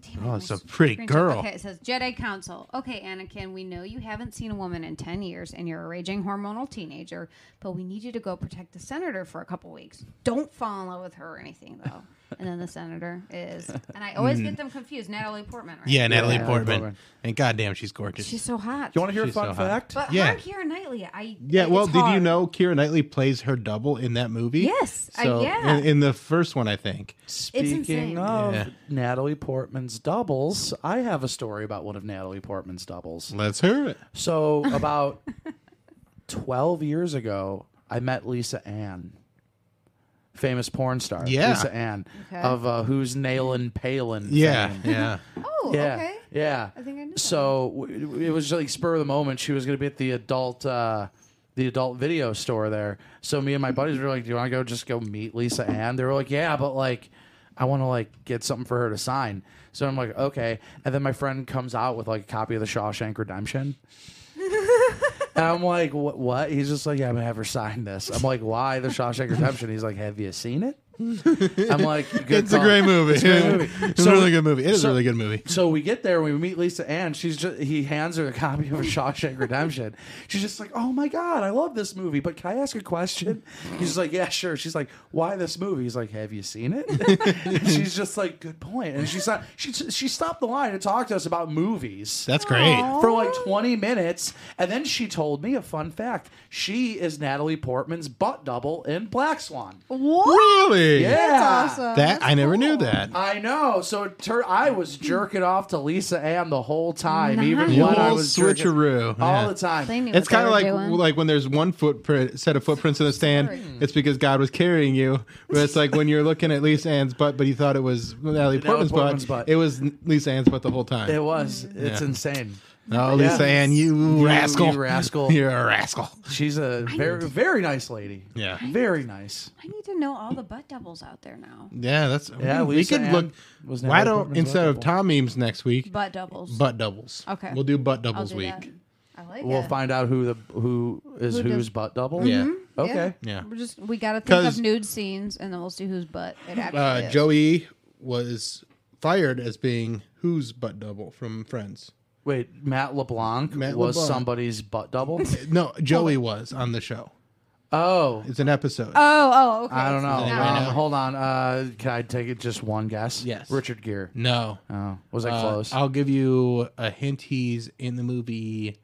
Speaker 4: Damn it,
Speaker 1: Oh,
Speaker 4: my
Speaker 1: it's a pretty
Speaker 4: screenshot.
Speaker 1: girl.
Speaker 4: Okay, it says Jedi Council. Okay, Anakin, we know you haven't seen a woman in 10 years and you're a raging hormonal teenager, but we need you to go protect the senator for a couple weeks. Don't fall in love with her or anything, though. And then the senator is. And I always get them confused. Natalie Portman, right?
Speaker 1: Mm. Yeah, Natalie
Speaker 2: Natalie
Speaker 1: Portman.
Speaker 2: Portman.
Speaker 1: And goddamn, she's gorgeous.
Speaker 4: She's so hot.
Speaker 2: You want to hear
Speaker 1: She's
Speaker 2: a
Speaker 1: so
Speaker 2: fun
Speaker 1: hot.
Speaker 2: fact?
Speaker 4: but
Speaker 1: Yeah.
Speaker 4: yeah. Kira Knightley, I.
Speaker 1: Yeah,
Speaker 4: it's
Speaker 1: well, did you
Speaker 4: hard.
Speaker 1: know Kira Knightley plays her double in that movie?
Speaker 4: Yes, I-
Speaker 1: So,
Speaker 4: yeah.
Speaker 1: In, in the first one, I think.
Speaker 4: insane.
Speaker 2: Speaking of
Speaker 1: Yeah.
Speaker 2: Natalie Portman's doubles, I have a story about one of Natalie Portman's doubles.
Speaker 1: Let's hear it.
Speaker 2: So about twelve years ago, I met Lisa Ann, famous porn star.
Speaker 1: Yeah.
Speaker 2: Lisa Ann of uh, who's Nailin Palin.
Speaker 1: Yeah,
Speaker 2: fame.
Speaker 1: yeah.
Speaker 4: Oh,
Speaker 2: yeah,
Speaker 4: okay.
Speaker 2: yeah.
Speaker 4: I think I knew that.
Speaker 2: So w- w- it was just, like spur of the moment. She was going to be at the adult. Uh, the adult video store there. So me and my buddies were like, "Do you want to go? Just go meet Lisa Ann." They were like, "Yeah, but like, I want to like get something for her to sign." So I'm like, "Okay." And then my friend comes out with like a copy of The Shawshank Redemption. And I'm like, what, what? He's just like, yeah, I'm gonna have her sign this. I'm like, why the Shawshank Redemption? He's like, have you seen it? I'm like, good
Speaker 1: It's a
Speaker 2: call.
Speaker 1: great movie. It's,
Speaker 2: a great movie.
Speaker 1: a
Speaker 2: So-
Speaker 1: really good movie. It is
Speaker 2: so-
Speaker 1: a really good movie.
Speaker 2: So we get there, we meet Lisa Ann. She's just he hands her a copy of Shawshank Redemption. She's just like, "Oh my god, I love this movie." But can I ask a question? He's like, "Yeah, sure." She's like, "Why this movie?" He's like, "Have you seen it?" And she's just like, "Good point." And she's not. She she stopped the line and talked to us about movies
Speaker 1: That's great.
Speaker 2: for like 20 minutes. And then she told me a fun fact. She is Natalie Portman's butt double in Black Swan.
Speaker 1: Oh, Really?
Speaker 2: Yeah.
Speaker 4: awesome.
Speaker 1: That I never knew that.
Speaker 2: I know. So it tur- I was jerking off to Lisa Ann the whole time, even when I
Speaker 1: Whole
Speaker 2: was jerking-
Speaker 1: switcheroo,
Speaker 2: all
Speaker 1: yeah.
Speaker 2: the time.
Speaker 9: They knew what
Speaker 1: It's
Speaker 9: they
Speaker 1: kind of
Speaker 9: were
Speaker 1: like
Speaker 9: doing.
Speaker 1: like when there's one footprint set of footprints in the stand. It's because God was carrying you. But it's like when you're looking at Lisa Ann's butt, but you thought it was Natalie Portman's,
Speaker 2: Portman's
Speaker 1: butt.
Speaker 2: butt.
Speaker 1: It was Lisa Ann's buut the whole time.
Speaker 2: It was. It's insane.
Speaker 1: oh, Lisa
Speaker 2: Yeah.
Speaker 1: Ann, you,
Speaker 2: You-
Speaker 1: rascal!
Speaker 2: you rascal.
Speaker 1: You're a rascal.
Speaker 2: She's a very very nice lady.
Speaker 1: Yeah.
Speaker 2: Very nice.
Speaker 9: I need to know all the butt doubles out there now.
Speaker 1: Yeah, that's
Speaker 2: Yeah,
Speaker 1: We, we
Speaker 2: Lisa
Speaker 1: could
Speaker 2: Ann
Speaker 1: look.
Speaker 2: was
Speaker 1: Why
Speaker 2: Natalie
Speaker 1: don't
Speaker 2: Portman's
Speaker 1: instead
Speaker 2: butt
Speaker 1: of
Speaker 2: double.
Speaker 1: Tom memes next week,
Speaker 9: Butt doubles.
Speaker 1: butt doubles?
Speaker 9: Okay.
Speaker 1: we'll do butt
Speaker 9: I'll
Speaker 1: doubles
Speaker 9: do
Speaker 1: week.
Speaker 9: that.
Speaker 4: I like
Speaker 2: We'll
Speaker 4: it.
Speaker 2: find out who the who is
Speaker 4: Who does-
Speaker 2: whose butt double.
Speaker 1: Yeah.
Speaker 9: Mm-hmm.
Speaker 2: Okay.
Speaker 1: Mm-hmm. Yeah.
Speaker 4: We're just we gotta think
Speaker 1: 'Cause-
Speaker 4: of nude scenes and then we'll see whose butt it actually
Speaker 1: Uh,
Speaker 4: is.
Speaker 1: Joey was fired as being whose butt double from Friends.
Speaker 2: Wait, Matt LeBlanc
Speaker 1: Matt
Speaker 2: was
Speaker 1: LeBlanc.
Speaker 2: somebody's butt double.
Speaker 1: No, Joey was on the show.
Speaker 2: oh,
Speaker 1: It's an episode.
Speaker 4: Oh, oh, okay.
Speaker 2: I don't know.
Speaker 1: anybody
Speaker 2: Um,
Speaker 1: know?
Speaker 2: hold on. Uh, can I take it just one guess?
Speaker 1: Yes.
Speaker 2: Richard Gere.
Speaker 1: no.
Speaker 2: Oh, was I
Speaker 1: Uh,
Speaker 2: close?
Speaker 1: I'll give you a hint. He's in the movie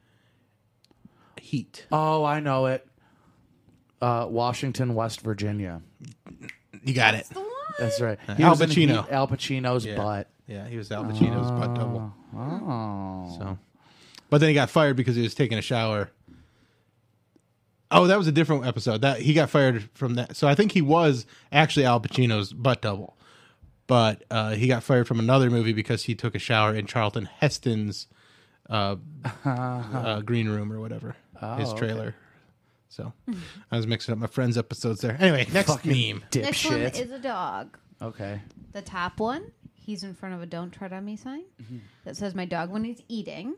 Speaker 1: Heat.
Speaker 2: oh, I know it. Uh, Washington, West Virginia.
Speaker 1: You got it.
Speaker 2: That's right.
Speaker 1: Uh-huh. Al
Speaker 2: was in
Speaker 1: Pacino.
Speaker 2: Heat- Al Pacino's
Speaker 1: Yeah.
Speaker 2: butt.
Speaker 1: Yeah, he was Al Pacino's butt double.
Speaker 2: Oh.
Speaker 1: So, but then he got fired because he was taking a shower. Oh, that was a different episode. That he got fired from that. So I think he was actually Al Pacino's butt double, but uh, he got fired from another movie because he took a shower in Charlton Heston's uh, uh, green room or whatever his trailer. So I was mixing up my friends' episodes there. Anyway, next meme.
Speaker 4: Next one
Speaker 2: Dipshit.
Speaker 4: is a dog.
Speaker 2: okay.
Speaker 4: The top one, he's in front of a "Don't Tread on Me" sign that says "My dog when he's eating,"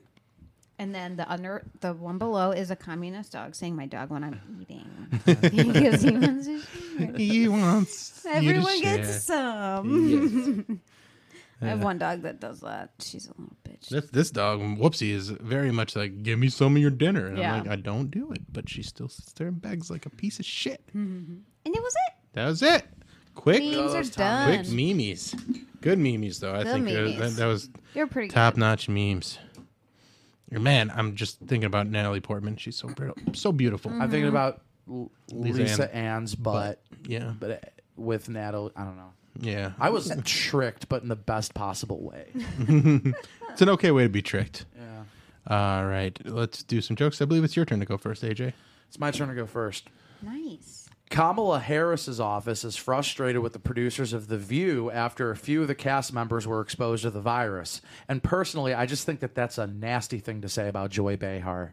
Speaker 4: and then the under the one below is a communist dog saying "My dog when I'm eating" because he wants to share.
Speaker 1: He wants you to
Speaker 4: Everyone
Speaker 1: share.
Speaker 4: gets some.
Speaker 1: Yes.
Speaker 4: I have one dog that does that. She's a little bitch.
Speaker 1: This, this dog, Whoopsie, is very much like, give me some of your dinner. And
Speaker 4: Yeah.
Speaker 1: I'm like, I don't do it. But she still sits there and begs like a piece of shit.
Speaker 4: And it was it.
Speaker 1: That was it. Quick, uh,
Speaker 4: Hmm. Memes are
Speaker 1: quick
Speaker 4: done.
Speaker 1: memes. Good memes, though. I
Speaker 4: The
Speaker 1: think uh, that-
Speaker 4: memes.
Speaker 1: That, that was
Speaker 4: They're pretty
Speaker 1: top notch memes. Your Man, I'm just thinking about Natalie Portman. She's so brittle, so beautiful.
Speaker 4: Mm.
Speaker 2: I'm
Speaker 4: Mm-hmm.
Speaker 2: thinking about L-
Speaker 1: Lisa
Speaker 2: Lisa, Ann's butt,
Speaker 1: Yeah,
Speaker 2: but uh, with Natalie. I don't know.
Speaker 1: yeah.
Speaker 2: I was tricked, but in the best possible way.
Speaker 1: It's an okay way to be tricked. All right, let's do some jokes. I believe it's your turn to go first, AJ.
Speaker 2: It's my turn to go first.
Speaker 4: good. Nice.
Speaker 2: Kamala Harris's office is frustrated with the producers of The View after a few of the cast members were exposed to the virus. And personally, I just think that that's a nasty thing to say about Joy Behar.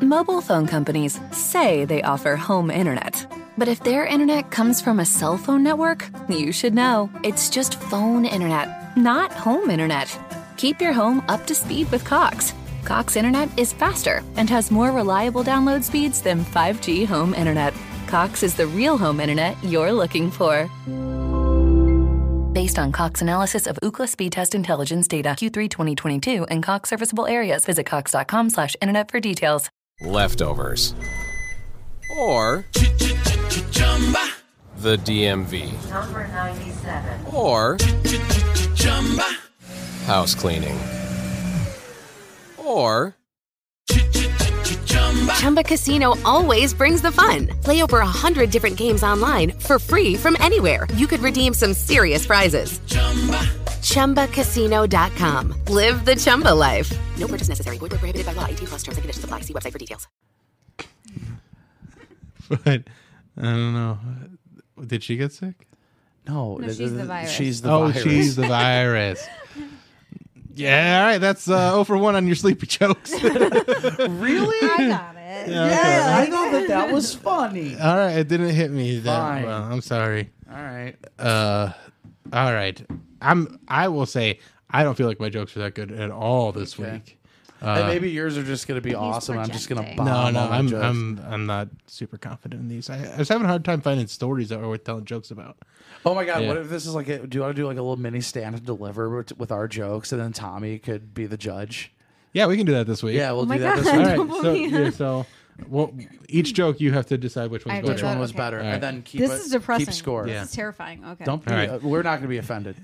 Speaker 6: Mobile phone companies say they offer home internet. But if their internet comes from a cell phone network, you should know. It's just phone internet, not home internet. Keep your home up to speed with Cox. Cox internet is faster and has more reliable download speeds than 5G home internet. Cox is the real home internet you're looking for. Based on Cox analysis of Ookla speed test intelligence data Q3 2022 and Cox serviceable areas, visit cox.com/internet slash internet for details.
Speaker 10: leftovers, or the DMV,
Speaker 11: Number 97.
Speaker 10: or house cleaning, or
Speaker 11: Chumba Casino always brings the fun. Play over a hundred different games online for free from anywhere. You could redeem some serious prizes. Chumba. ChumbaCasino.com. Live the Chumba life. No purchase necessary. Void where prohibited by law. 18 plus terms and conditions apply. See website for details.
Speaker 1: But I don't know. Did she get sick?
Speaker 2: No,
Speaker 4: No, she's the virus.
Speaker 2: She's the
Speaker 1: oh,
Speaker 2: virus.
Speaker 1: she's the virus. yeah, all right. That's uh, 0 for 1 on your sleepy jokes.
Speaker 2: really?
Speaker 5: I got it.
Speaker 2: Yeah, I thought that that was funny.
Speaker 1: all right. It didn't hit me that
Speaker 2: Fine.
Speaker 1: well. I'm sorry.
Speaker 2: All right.
Speaker 1: Uh, all right. I'm, I will say, I don't feel like my jokes are that good at all this
Speaker 2: Okay.
Speaker 1: week.
Speaker 2: and
Speaker 1: Uh,
Speaker 2: maybe yours are just going to be awesome. I'm just going to bomb.
Speaker 1: no, no,
Speaker 2: all my
Speaker 1: I'm,
Speaker 2: jokes.
Speaker 1: I'm, I'm not super confident in these. I, I was having a hard time finding stories that were worth telling jokes about.
Speaker 2: Oh my god!
Speaker 1: Yeah.
Speaker 2: What if this is like? A, do you want to do like a little mini stand and deliver with, with our jokes, and then Tommy could be the judge?
Speaker 1: Yeah, we can do that this week.
Speaker 2: Yeah, we'll
Speaker 1: Oh my
Speaker 2: do that.
Speaker 1: God,
Speaker 2: this
Speaker 1: don't All
Speaker 2: week.
Speaker 1: right, so- believe yeah, it. so well, each joke you have to decide which
Speaker 9: I
Speaker 1: one's
Speaker 9: have to
Speaker 1: better.
Speaker 9: Which one was okay. better,
Speaker 1: All
Speaker 2: and then keep
Speaker 9: this
Speaker 2: it-
Speaker 9: is depressing.
Speaker 2: keep score.
Speaker 9: This
Speaker 1: Yeah.
Speaker 9: is terrifying. Okay.
Speaker 2: Don't be.
Speaker 1: All right.
Speaker 2: uh, we're not going to be offended.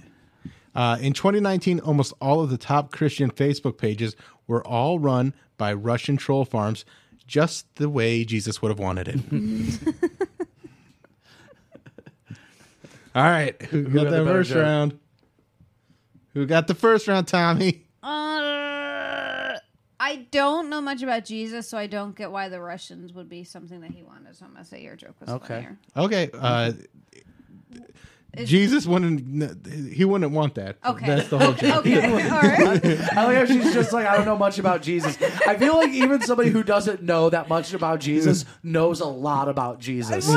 Speaker 1: Uh, in 2019, almost all of the top Christian Facebook pages were all run by Russian troll farms, just the way Jesus would have wanted it. all right, who
Speaker 2: Who
Speaker 1: got
Speaker 2: had the
Speaker 1: that
Speaker 2: better
Speaker 1: first
Speaker 2: joke?
Speaker 1: round? Who got the first round, Tommy?
Speaker 9: Uh, I don't know much about Jesus, so I don't get why the Russians would be something that he wanted. So I'm gonna say your joke was
Speaker 1: Okay.
Speaker 9: funnier.
Speaker 1: Okay. Uh,
Speaker 9: It's-
Speaker 1: Jesus wouldn't. He wouldn't want that.
Speaker 9: Okay.
Speaker 1: That's the whole joke.
Speaker 2: I like how Oh, she's just like, I don't know much about Jesus. I feel like even somebody who doesn't know that much about Jesus knows a lot about Jesus.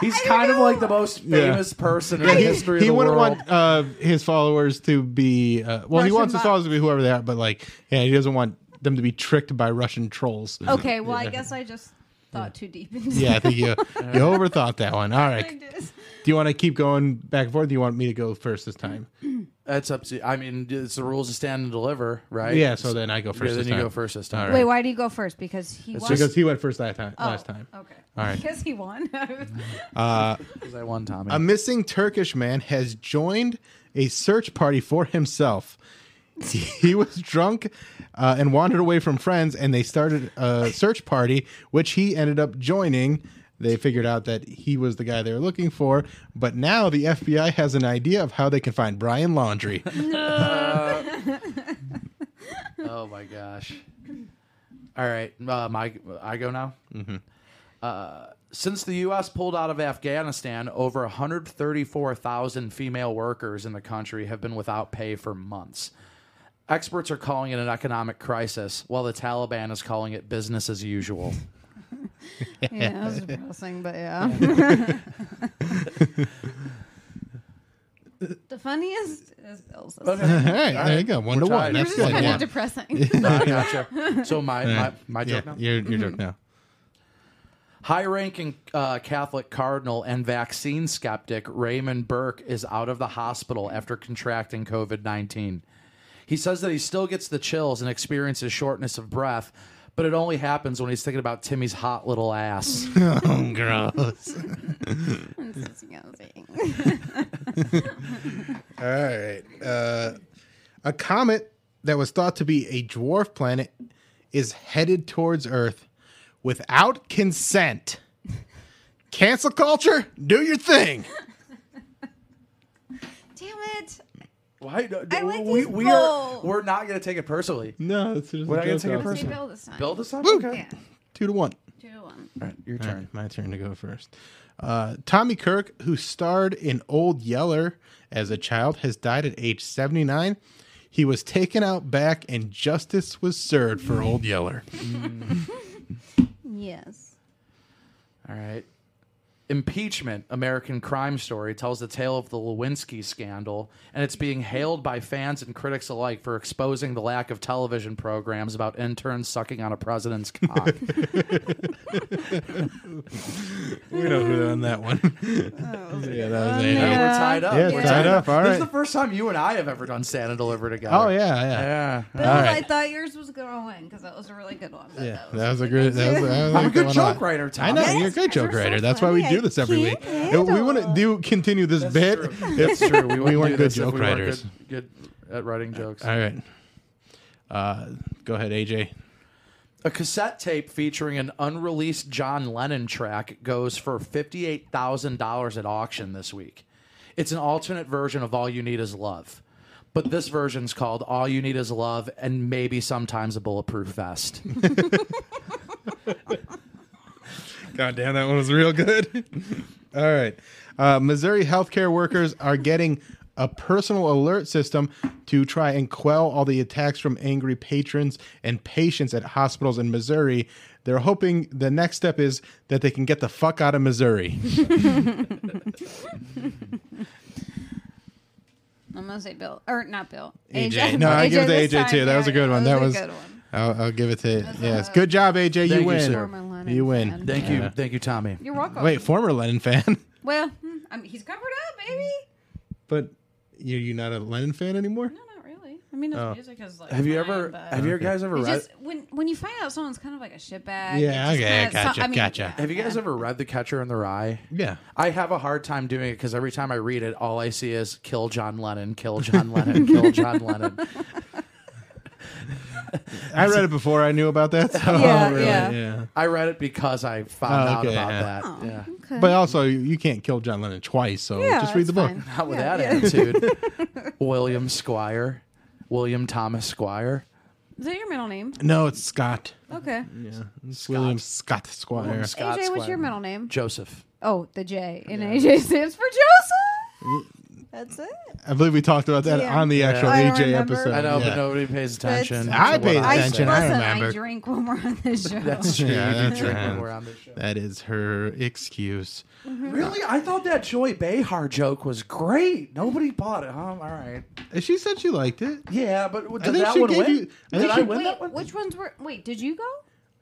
Speaker 2: He's kind of like the most famous person in
Speaker 1: Yeah,
Speaker 2: the
Speaker 1: he,
Speaker 2: history
Speaker 1: he
Speaker 2: of the
Speaker 1: wouldn't
Speaker 2: world.
Speaker 1: want uh, his followers to be. Uh, well, he
Speaker 9: Russian
Speaker 1: wants his
Speaker 9: bots.
Speaker 1: followers to be whoever they are, but like, yeah, he doesn't want them to be tricked by Russian trolls.
Speaker 9: Okay. Well, I
Speaker 1: Yeah.
Speaker 9: guess I just thought too deep. Into
Speaker 1: Yeah, I think you you
Speaker 9: that.
Speaker 1: overthought that one. All
Speaker 9: I
Speaker 1: right.
Speaker 9: did.
Speaker 1: Do you want to keep going back and forth? Do you want me to go first this time?
Speaker 2: That's up to. I mean, it's the rules of stand and deliver, right?
Speaker 1: Yeah, so then I go
Speaker 2: Yeah,
Speaker 1: first
Speaker 2: then
Speaker 1: this
Speaker 2: you
Speaker 1: time.
Speaker 2: go first this time.
Speaker 1: All
Speaker 4: Wait, why do you go first? Because he
Speaker 1: It's
Speaker 4: won.
Speaker 1: because he went first last time.
Speaker 4: Oh,
Speaker 1: last time.
Speaker 9: Okay.
Speaker 1: All right.
Speaker 9: Because he won.
Speaker 1: Uh,
Speaker 2: I won, Tommy.
Speaker 1: A missing Turkish man has joined a search party for himself. he was drunk uh, and wandered away from friends, and they started a search party, which he ended up joining. They figured out that he was the guy they were looking for, but now the FBI has an idea of how they can find Brian Laundry.
Speaker 2: oh my gosh. All right, uh, my I go now. Mm-hmm. Uh, since the U.S. pulled out of Afghanistan, over 134,000 female workers in the country have been without pay for months. Experts are calling it an economic crisis, while the Taliban is calling it business as usual.
Speaker 9: yeah, that was depressing, but yeah.
Speaker 2: Yeah.
Speaker 9: the funniest is Bill's.
Speaker 2: Okay.
Speaker 1: right, there you go. One
Speaker 2: We're
Speaker 1: to one.
Speaker 2: tied.
Speaker 1: That's Yours is good. kinda
Speaker 9: Yeah. depressing.
Speaker 2: No, I gotcha. So my, my, my
Speaker 1: Yeah,
Speaker 2: joke now?
Speaker 1: Your, your joke now.
Speaker 2: High ranking uh, Catholic cardinal and vaccine skeptic Raymond Burke is out of the hospital after contracting COVID 19. He says that he still gets the chills and experiences shortness of breath, but it only happens when he's thinking about Timmy's hot little ass.
Speaker 1: oh, gross. All right. Uh, a comet that was thought to be a dwarf planet is headed towards Earth without consent. Cancel culture, do your thing.
Speaker 9: Damn it.
Speaker 2: Why? do-
Speaker 9: I like
Speaker 2: we,
Speaker 9: these
Speaker 2: we are,
Speaker 9: polls.
Speaker 2: we're not going to take it personally.
Speaker 1: No, it's just
Speaker 2: We're not
Speaker 1: a
Speaker 2: going
Speaker 1: joke
Speaker 2: to take it
Speaker 1: off.
Speaker 2: personally.
Speaker 9: Say Bill this time.
Speaker 2: Bill this time? Okay.
Speaker 9: Yeah.
Speaker 1: Two to one.
Speaker 9: Two to one.
Speaker 2: All right, your
Speaker 1: All
Speaker 2: turn.
Speaker 1: right, my turn to go first. Uh, Tommy Kirk, who starred in Old Yeller as a child, has died at age 79. He was taken out back, and justice was served for Old Yeller.
Speaker 9: Yes.
Speaker 2: All right. Impeachment, American crime story, tells the tale of the Lewinsky scandal, and it's being hailed by fans and critics alike for exposing the lack of television programs about interns sucking on a president's cock.
Speaker 1: We know who won that one.
Speaker 2: Oh.
Speaker 1: yeah, that was Andy.
Speaker 2: And we're tied up.
Speaker 1: Yeah,
Speaker 2: We're
Speaker 1: tied, up. All
Speaker 2: This
Speaker 1: right.
Speaker 2: is the first time you and I have ever done stand and deliver together.
Speaker 1: oh yeah, yeah.
Speaker 9: Bill,
Speaker 1: All
Speaker 9: I
Speaker 1: right.
Speaker 9: thought yours was going to win because that was a really good one. but
Speaker 1: Yeah,
Speaker 9: that was-
Speaker 1: that was a great. That was, that was
Speaker 2: I'm a good
Speaker 1: one.
Speaker 2: joke writer, Tom.
Speaker 1: I know
Speaker 2: Yes,
Speaker 1: you're a great joke writer. That's why we
Speaker 9: funny.
Speaker 1: do this
Speaker 9: I
Speaker 1: every week.
Speaker 9: can't
Speaker 1: We want to do continue this bit.
Speaker 2: That's true. We, wouldn't
Speaker 1: weren't
Speaker 2: do
Speaker 1: good
Speaker 2: this if
Speaker 1: joke
Speaker 2: we weren't
Speaker 1: writers.
Speaker 2: Good, good at writing jokes.
Speaker 1: All right. Uh, go ahead, AJ.
Speaker 2: A cassette tape featuring an unreleased John Lennon track goes for $58,000 at auction this week. It's an alternate version of All You Need Is Love, but this version's called All You Need Is Love and maybe sometimes a bulletproof vest.
Speaker 1: God damn, that one was real good. All right. Uh, Missouri healthcare workers are getting a personal alert system to try and quell all the attacks from angry patrons and patients at hospitals in Missouri. They're hoping the next step is that they can get the fuck out of Missouri.
Speaker 9: I'm going to say Bill. Or not Bill.
Speaker 1: AJ. No, I give it to AJ too. That was a good one. That was, I'll, I'll give it to yes. Good job, AJ.
Speaker 2: Thank
Speaker 1: you
Speaker 2: you,
Speaker 1: win.
Speaker 2: sir. Former
Speaker 1: You, win.
Speaker 2: Thank you. Thank you, Tommy.
Speaker 4: You're welcome.
Speaker 1: Wait, former Lennon fan,
Speaker 4: Well, hmm, I mean, he's covered up, maybe.
Speaker 1: but you you not a Lennon fan anymore?
Speaker 4: Not really. I mean, his
Speaker 1: Oh.
Speaker 4: music is like.
Speaker 1: Have you
Speaker 4: fine,
Speaker 1: ever-
Speaker 4: but-
Speaker 1: have you guys ever
Speaker 4: It's
Speaker 1: read-
Speaker 4: Just, when when you find out someone's kind of like a shitbag.
Speaker 1: Yeah,
Speaker 4: it just
Speaker 1: okay,
Speaker 4: kinda- so-
Speaker 1: gotcha,
Speaker 4: I mean,
Speaker 1: gotcha.
Speaker 4: yeah.
Speaker 2: Have you guys ever read The Catcher in the Rye?
Speaker 1: Yeah.
Speaker 2: I have a hard time doing it because every time I read it, all I see is kill John Lennon, kill John Lennon, kill John Lennon.
Speaker 1: I read it before I knew about that. so-
Speaker 2: Yeah,
Speaker 1: really,
Speaker 2: Oh, yeah. I read it because I found
Speaker 1: Oh,
Speaker 2: out
Speaker 1: okay,
Speaker 2: about
Speaker 1: yeah.
Speaker 2: that. yeah.
Speaker 1: But also, you- you can't kill John Lennon twice, so
Speaker 2: Yeah,
Speaker 1: just read the book.
Speaker 2: Not with that attitude. William Squire. William Thomas Squire.
Speaker 4: Is that your middle name?
Speaker 1: No, it's Scott.
Speaker 4: Okay.
Speaker 1: Yeah, it's William Scott Squire.
Speaker 2: William Scott
Speaker 4: AJ, what's
Speaker 2: Squire.
Speaker 4: your middle name?
Speaker 2: Joseph.
Speaker 4: Oh, the J in AJ stands for Joseph.
Speaker 1: Mm.
Speaker 4: That's it.
Speaker 1: I believe we talked about that
Speaker 4: Yeah.
Speaker 1: on the
Speaker 4: Yeah.
Speaker 1: actual
Speaker 4: I don't
Speaker 1: AJ
Speaker 4: remember.
Speaker 1: episode.
Speaker 2: I know, but
Speaker 1: Yeah.
Speaker 2: nobody pays attention.
Speaker 1: That's- I
Speaker 2: to
Speaker 1: paid
Speaker 2: what say.
Speaker 1: attention. I
Speaker 4: Listen, I
Speaker 1: remember.
Speaker 4: drink when we're on this show.
Speaker 2: That's true.
Speaker 1: Yeah,
Speaker 2: You do
Speaker 1: that's
Speaker 2: drink
Speaker 1: right.
Speaker 2: when we're on this
Speaker 1: That is her excuse.
Speaker 2: Really? I thought that Joy Behar joke was great. Nobody bought it, huh? All right.
Speaker 1: She said she liked it.
Speaker 2: Yeah, but
Speaker 1: I
Speaker 2: did
Speaker 1: think
Speaker 2: that
Speaker 1: she
Speaker 2: one
Speaker 1: gave
Speaker 2: win?
Speaker 1: you- I
Speaker 2: did
Speaker 1: think
Speaker 2: I
Speaker 1: she-
Speaker 2: win
Speaker 4: Wait,
Speaker 2: that one?
Speaker 4: which ones were? Wait, did you go?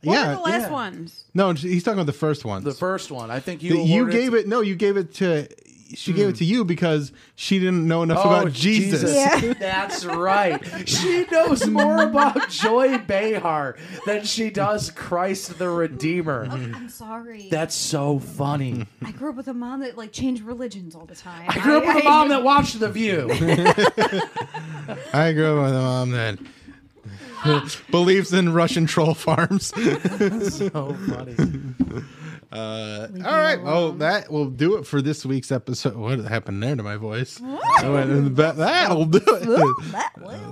Speaker 4: What
Speaker 1: Yeah,
Speaker 4: were the last
Speaker 1: yeah.
Speaker 4: ones?
Speaker 1: No, he's talking about the first one. The
Speaker 2: first one. I think
Speaker 1: you you
Speaker 2: awarded it
Speaker 1: gave it. No, you gave it to. She gave it to you because she didn't know enough
Speaker 2: Oh,
Speaker 1: about Jesus.
Speaker 2: That's right. She knows more about Joy Behar than she does Christ the Redeemer.
Speaker 4: I'm sorry.
Speaker 2: That's so funny.
Speaker 4: I grew up with a mom that like changed religions all the time.
Speaker 2: I grew up with a mom that watched The View.
Speaker 1: I grew up with a mom that believes in Russian troll farms.
Speaker 2: so funny.
Speaker 1: Uh, all right. Well, that will do it for this week's episode. What happened there to my voice? that, that'll do it.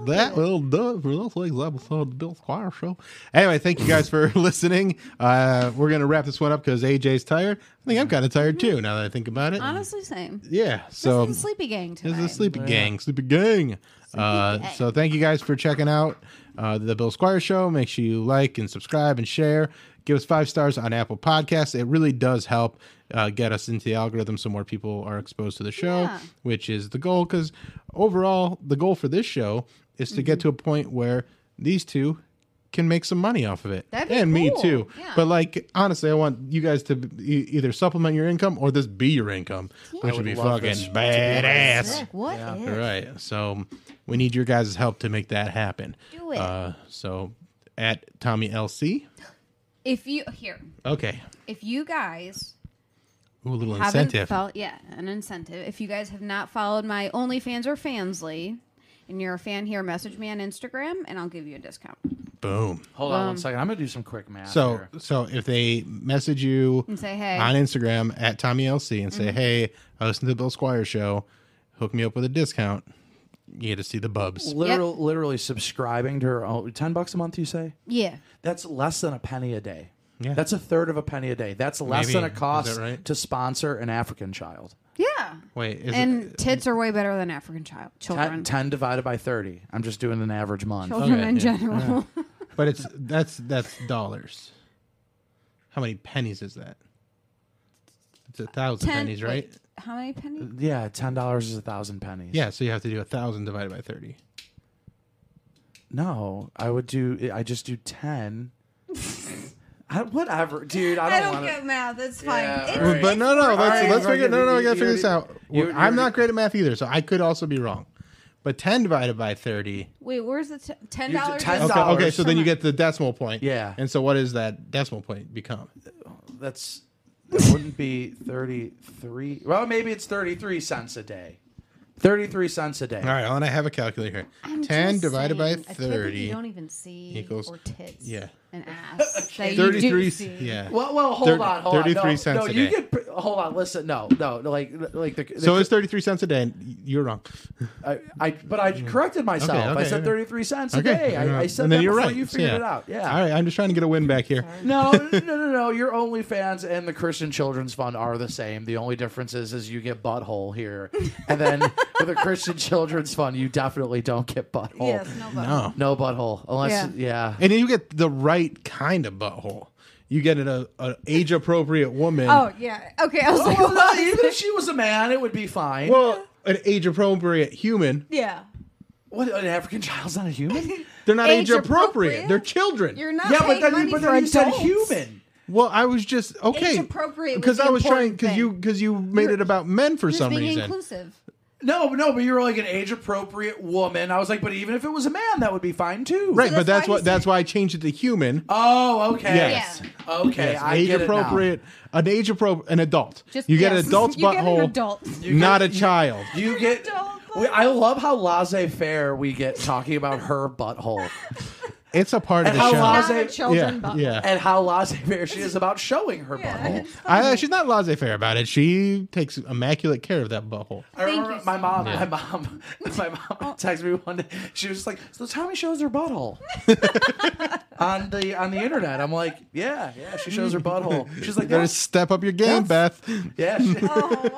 Speaker 1: That will do it for this week's episode of the Bill Squire Show. Anyway, thank you guys for listening. Uh, we're going to wrap this one up because AJ's tired. I think I'm kind of tired too now that I think about it.
Speaker 4: Honestly, same.
Speaker 1: Yeah.
Speaker 4: So
Speaker 1: So
Speaker 4: this is a sleepy gang
Speaker 1: this
Speaker 4: tonight.
Speaker 1: is a sleepy gang, sleepy gang. Uh, so thank you guys for checking out uh, the Bill Squire Show. Make sure you like and subscribe and share. Give us five stars on Apple Podcasts. It really does help uh, get us into the algorithm, so more people are exposed to the show,
Speaker 12: Yeah.
Speaker 1: which is the goal. Because overall, the goal for this show is to
Speaker 12: Mm-hmm.
Speaker 1: get to a point where these two can make some money off of it,
Speaker 12: That'd be
Speaker 1: and me
Speaker 12: cool.
Speaker 1: too. But like honestly, I want you guys to be- e- either supplement your income or this be your income, which
Speaker 2: I
Speaker 1: would be
Speaker 2: would love this
Speaker 1: fucking
Speaker 2: to be my
Speaker 1: badass.
Speaker 2: sick. What Yeah. if?
Speaker 1: All right. So we need your guys' help to make that happen. Do it. Uh, so at Tommy LC.
Speaker 4: If you here,
Speaker 1: Okay.
Speaker 4: if you guys
Speaker 1: Ooh, a little
Speaker 4: haven't
Speaker 1: incentive.
Speaker 4: fol- yeah, an incentive. If you guys have not followed my OnlyFans or Fansly, and you're a fan here, message me on Instagram, and I'll give you a discount.
Speaker 1: Boom.
Speaker 2: Hold on
Speaker 4: Um,
Speaker 2: one second. I'm going to do some quick math.
Speaker 1: So
Speaker 2: here.
Speaker 1: so if they message you
Speaker 4: And say, hey.
Speaker 1: on Instagram at Tommy LC and say,
Speaker 4: Mhm.
Speaker 1: Hey, I listened to the Bill Squire show, hook me up with a discount. You get to see the bubs.
Speaker 2: Literal, literally subscribing to her own. 10 bucks a month, you say?
Speaker 4: Yeah.
Speaker 2: That's less than a penny a day.
Speaker 1: Yeah.
Speaker 2: That's a third of a penny a day. That's less
Speaker 1: Maybe.
Speaker 2: than a
Speaker 1: Is that
Speaker 2: cost
Speaker 1: right?
Speaker 2: to sponsor an African child.
Speaker 4: Yeah.
Speaker 1: Wait, uh,
Speaker 4: and tits are way better than African child
Speaker 2: 10,
Speaker 4: children.
Speaker 2: 10 divided by 30. I'm just doing an average month. Uh,
Speaker 4: Children Okay, in yeah. general.
Speaker 1: But it's that's that's dollars. How many pennies is that? It's a thousand
Speaker 4: Ten-
Speaker 1: pennies, right?
Speaker 4: wait, how many pennies?
Speaker 2: Yeah, ten dollars is a thousand pennies.
Speaker 1: Yeah, so you have to do a thousand divided by thirty.
Speaker 2: No, I would do. I just do ten. I, whatever, dude. I don't, wanna,
Speaker 4: math. It's
Speaker 2: Yeah,
Speaker 4: It's-
Speaker 2: all right.
Speaker 1: But no, no,
Speaker 2: All
Speaker 1: let's
Speaker 2: right,
Speaker 1: let's figure. No, no, I
Speaker 2: you-
Speaker 1: gotta
Speaker 2: you
Speaker 1: figure this out.
Speaker 2: already- you- you
Speaker 1: I'm not
Speaker 2: already-
Speaker 1: great at math either, so I could also be wrong. But ten divided by thirty.
Speaker 4: Wait, where's the t- ten
Speaker 2: You're t-
Speaker 4: dollars?
Speaker 2: ten-
Speaker 1: Okay,
Speaker 2: dollars.
Speaker 1: okay, so then you get the decimal point.
Speaker 2: Yeah.
Speaker 1: And so what does that decimal point become?
Speaker 2: That's that wouldn't be thirty-three. Well, maybe it's thirty-three cents a day. Thirty-three cents a day.
Speaker 1: All right, well, and I have a calculator here. ten divided by thirty.
Speaker 4: You don't even see
Speaker 1: equals-
Speaker 4: or tits.
Speaker 1: yeah.
Speaker 4: An ass. that you do
Speaker 1: 33
Speaker 4: see.
Speaker 1: yeah.
Speaker 2: Well, well, hold
Speaker 1: Thir-
Speaker 2: on, hold on.
Speaker 1: Thirty-three
Speaker 2: no,
Speaker 1: cents
Speaker 2: no,
Speaker 1: a
Speaker 2: you
Speaker 1: day.
Speaker 2: Get, pr- hold on, listen. No, no, like, like the. the
Speaker 1: so it's thirty-three cents a day. And you're wrong.
Speaker 2: I, I, but I corrected myself. I
Speaker 1: Mm. okay,
Speaker 2: said
Speaker 1: okay.
Speaker 2: thirty-three cents
Speaker 1: Okay,
Speaker 2: a day. I, I
Speaker 1: and
Speaker 2: said
Speaker 1: then
Speaker 2: that
Speaker 1: you're
Speaker 2: before
Speaker 1: right.
Speaker 2: you
Speaker 1: So,
Speaker 2: figured it out. Yeah.
Speaker 1: All right, I'm just trying to get a win back here.
Speaker 2: No, no, no, no. Your OnlyFans and the Christian Children's Fund are the same. The only difference is, is you get butthole here, and then with the Christian Children's Fund, you definitely don't get butthole.
Speaker 4: Yes, no
Speaker 9: Oh.
Speaker 1: No.
Speaker 4: butthole.
Speaker 2: Oh, No butthole, unless yeah.
Speaker 1: And then you get the right kind of butthole. You get an, a, a age appropriate woman.
Speaker 4: Oh yeah. Okay. I was
Speaker 2: Oh,
Speaker 4: like,
Speaker 2: well,
Speaker 4: what?
Speaker 2: no, even if she was a man, it would be fine.
Speaker 1: Well, an age appropriate human
Speaker 4: yeah.
Speaker 2: What an African child's not a human?
Speaker 1: They're not age appropriate. They're children.
Speaker 9: You're not
Speaker 2: yeah, but
Speaker 9: paying
Speaker 2: then,
Speaker 9: money
Speaker 2: but
Speaker 9: for
Speaker 2: then you said
Speaker 9: adults.
Speaker 2: human.
Speaker 1: Well, I was just okay.
Speaker 9: appropriate was
Speaker 1: because
Speaker 9: the
Speaker 1: I was trying
Speaker 9: important
Speaker 1: because you because you made it about men for some reason.
Speaker 9: inclusive.
Speaker 2: No, but no, but you were like an age appropriate woman. I was like, but even if it was a man, that would be fine too.
Speaker 1: Right, but that's what that's why I changed it to human.
Speaker 2: Oh, okay.
Speaker 1: Yes.
Speaker 2: Okay,
Speaker 1: Yes,
Speaker 2: I
Speaker 1: age
Speaker 2: get
Speaker 1: appropriate, an age appropriate, an adult.
Speaker 2: Just-
Speaker 1: you get
Speaker 2: yes.
Speaker 1: an adult's
Speaker 2: You get an
Speaker 1: butthole,
Speaker 2: adult. You
Speaker 1: not
Speaker 2: get-
Speaker 1: a child.
Speaker 2: it now. You get. We, I love how laissez faire we get talking about her butthole.
Speaker 1: It's a part
Speaker 2: And
Speaker 1: of the
Speaker 2: how,
Speaker 1: show.
Speaker 2: laissez,
Speaker 1: Oh, yeah, yeah.
Speaker 2: and how laissez-faire she is about showing her butthole.
Speaker 1: I, uh, she's not laissez-faire about it. She takes immaculate care of that butthole.
Speaker 2: I remember my mom.
Speaker 1: Yeah.
Speaker 2: My mom. My
Speaker 9: Oh.
Speaker 2: mom texted me one day. She was just like, "So Tommy shows her butthole on the on the internet." I'm like, "Yeah, yeah, she shows her butthole." She's like,
Speaker 1: you better
Speaker 2: "What?"
Speaker 1: step up your game, Beth.
Speaker 2: "Yeah." She,
Speaker 9: Oh,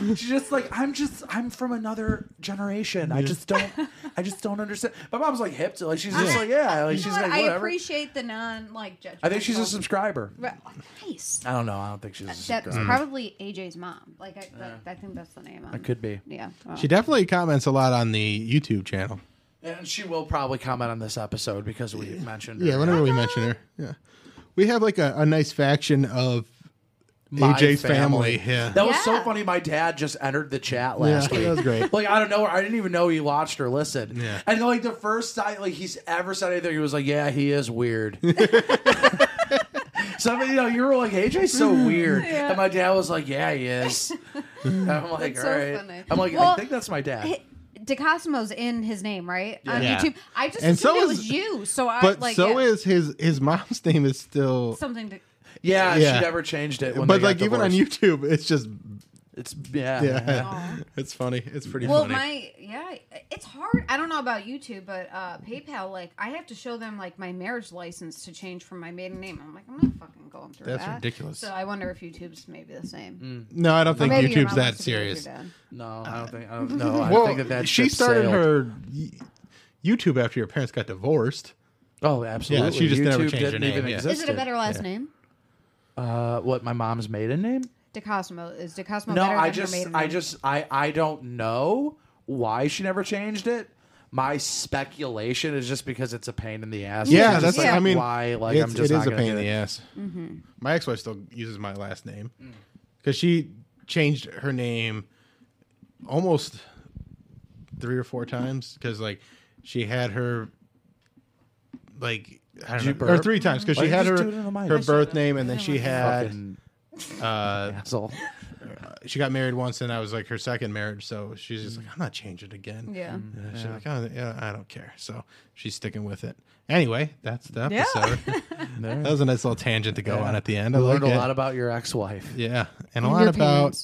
Speaker 2: she's just like, "I'm just I'm from another generation. I just don't I just don't understand." My mom's like hip to like she's just
Speaker 9: Yeah.
Speaker 2: like, "Yeah," like
Speaker 9: You
Speaker 2: she's
Speaker 9: know what?
Speaker 2: like,
Speaker 9: I
Speaker 2: "Whatever."
Speaker 9: appreciate the non like judgment.
Speaker 2: I think she's a subscriber.
Speaker 9: Nice.
Speaker 2: I don't know. I don't think she's a
Speaker 9: That's
Speaker 2: subscriber.
Speaker 9: probably AJ's mom. Like I, like, I think that's the name. On.
Speaker 1: It could
Speaker 2: be.
Speaker 9: Yeah.
Speaker 1: She definitely comments a lot on the YouTube channel.
Speaker 2: And she will probably comment on this episode because we mentioned. her.
Speaker 1: Yeah, whenever we mention her, yeah, we have like a, a nice faction of
Speaker 2: My
Speaker 1: AJ's family. Yeah,
Speaker 2: That was so funny. My dad just entered the chat last
Speaker 1: Yeah,
Speaker 2: week.
Speaker 1: that was great.
Speaker 2: Like I don't know, I didn't even know he watched or listened.
Speaker 1: Yeah.
Speaker 2: And like the first time like he's ever said anything, he was like, Yeah, he is weird. so I mean, you know, you were like, AJ's so weird.
Speaker 9: Yeah.
Speaker 2: And my dad was like, Yeah, he is. And I'm like,
Speaker 9: That's
Speaker 2: all
Speaker 9: so
Speaker 2: right.
Speaker 9: funny.
Speaker 2: I'm like, I
Speaker 9: Well,
Speaker 2: think that's my dad.
Speaker 9: Hi- DeCosmo's in his name, right? On
Speaker 1: Yeah.
Speaker 9: YouTube. I just
Speaker 1: And
Speaker 9: assumed
Speaker 1: so
Speaker 9: it
Speaker 1: is-
Speaker 9: was you. So I
Speaker 1: but
Speaker 9: like
Speaker 1: so
Speaker 9: yeah.
Speaker 1: is his his mom's name is still.
Speaker 9: something to
Speaker 2: yeah,
Speaker 1: Yeah.
Speaker 2: she never changed it. When
Speaker 1: but
Speaker 2: they
Speaker 1: like
Speaker 2: got
Speaker 1: even on
Speaker 2: divorced.
Speaker 1: YouTube, it's just
Speaker 2: It's yeah,
Speaker 1: yeah.
Speaker 2: yeah.
Speaker 1: It's funny. It's pretty
Speaker 9: well,
Speaker 1: funny.
Speaker 9: my yeah, it's hard. I don't know about YouTube, but uh, PayPal, like I have to show them like my marriage license to change from my maiden name. I'm like, I'm not fucking going through
Speaker 1: That's
Speaker 9: that.
Speaker 1: ridiculous.
Speaker 9: So I wonder if YouTube's maybe the
Speaker 2: Mm.
Speaker 9: same.
Speaker 1: no, I
Speaker 9: Or
Speaker 1: don't think
Speaker 9: maybe your
Speaker 1: YouTube's
Speaker 9: mom
Speaker 1: that
Speaker 9: wants to be with your
Speaker 1: serious.
Speaker 9: dad.
Speaker 2: No, I don't think I don't know. I
Speaker 1: well,
Speaker 2: think that that
Speaker 1: she
Speaker 2: ship
Speaker 1: started
Speaker 2: sailed.
Speaker 1: her y- YouTube after your parents got divorced.
Speaker 2: Oh, absolutely.
Speaker 1: Yeah, she just never
Speaker 2: YouTube
Speaker 1: changed her
Speaker 2: didn't
Speaker 1: name.
Speaker 2: even
Speaker 1: yeah.
Speaker 9: Is it a better last name?
Speaker 2: Uh, what my mom's maiden name?
Speaker 9: DeCosmo is DeCosmo.
Speaker 2: no,
Speaker 9: better
Speaker 2: I
Speaker 9: than her
Speaker 2: just,
Speaker 9: maiden
Speaker 2: I
Speaker 9: name?
Speaker 2: just, I, I don't know why she never changed it. My speculation is just because it's a pain in the ass.
Speaker 1: Yeah,
Speaker 2: It's
Speaker 1: that's.
Speaker 2: just like,
Speaker 1: I mean,
Speaker 2: why? Like,
Speaker 1: it's-
Speaker 2: I'm just
Speaker 1: it
Speaker 2: not
Speaker 1: is a
Speaker 2: gonna
Speaker 1: pain in
Speaker 2: do
Speaker 1: the
Speaker 2: it.
Speaker 1: ass.
Speaker 2: Mm-hmm.
Speaker 9: Mhm.
Speaker 1: My ex-wife still uses my last name
Speaker 2: Mm.
Speaker 1: because she changed her name almost three or four times because like she had her like I don't
Speaker 2: Did you
Speaker 1: know, or
Speaker 2: burp?
Speaker 1: three times because
Speaker 2: Why
Speaker 1: she
Speaker 2: you
Speaker 1: had
Speaker 2: just
Speaker 1: her
Speaker 2: do it in the mic?
Speaker 1: her
Speaker 2: I
Speaker 1: birth
Speaker 2: should've-
Speaker 1: name and then
Speaker 2: I
Speaker 1: she
Speaker 2: didn't
Speaker 1: had
Speaker 2: uh, asshole.
Speaker 1: she got married once and I was like her second marriage so she's just like I'm not changing it again
Speaker 9: Yeah.
Speaker 1: And she's
Speaker 2: Yeah.
Speaker 1: like oh, yeah I don't care so she's sticking with it anyway that's the
Speaker 2: Yeah.
Speaker 1: episode
Speaker 2: There.
Speaker 1: that was a nice little tangent to go on at the end I
Speaker 2: We
Speaker 1: like
Speaker 2: learned
Speaker 1: it.
Speaker 2: a lot about your ex-wife.
Speaker 1: Yeah, and, a
Speaker 2: And
Speaker 1: lot
Speaker 2: your
Speaker 1: about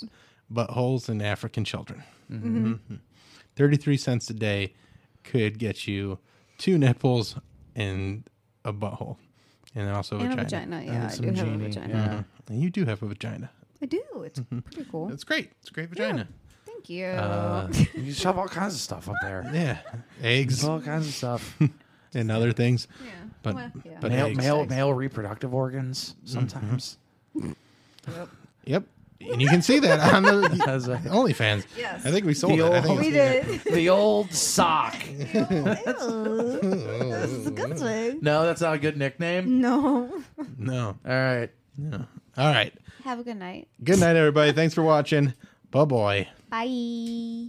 Speaker 1: buttholes and African children.
Speaker 2: Mhm.
Speaker 1: Mhm. Thirty-three cents a day could get you two nipples and a butthole, and also
Speaker 9: And a
Speaker 1: a
Speaker 9: vagina,
Speaker 1: vagina.
Speaker 9: yeah, And I some do have a genie, vagina. yeah. Mm-hmm.
Speaker 1: Mhm. And you do have a vagina.
Speaker 9: I do. It's pretty cool.
Speaker 1: It's great. It's a great vagina.
Speaker 9: Thank you.
Speaker 1: Uh,
Speaker 2: You shove all kinds of stuff up there.
Speaker 1: Yeah, eggs,
Speaker 2: all kinds of stuff,
Speaker 1: and other things.
Speaker 9: Yeah.
Speaker 1: but
Speaker 9: Well, yeah.
Speaker 1: but
Speaker 2: male,
Speaker 1: eggs.
Speaker 2: male, male reproductive organs sometimes.
Speaker 1: Yep. And you can see that on the
Speaker 2: As a-
Speaker 1: OnlyFans.
Speaker 2: Yes.
Speaker 1: I think we sold
Speaker 2: The
Speaker 1: it. I
Speaker 2: old-
Speaker 1: think
Speaker 2: We
Speaker 1: it's-
Speaker 2: the old sock. No, that's not a good nickname.
Speaker 9: no.
Speaker 1: No.
Speaker 2: All right.
Speaker 1: No. All right.
Speaker 9: Have a good night.
Speaker 1: Good night, everybody. Thanks for watching. Bye bye.
Speaker 9: Bye.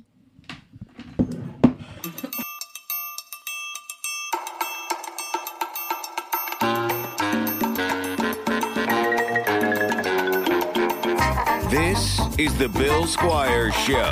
Speaker 3: This is the Bill Squire Show.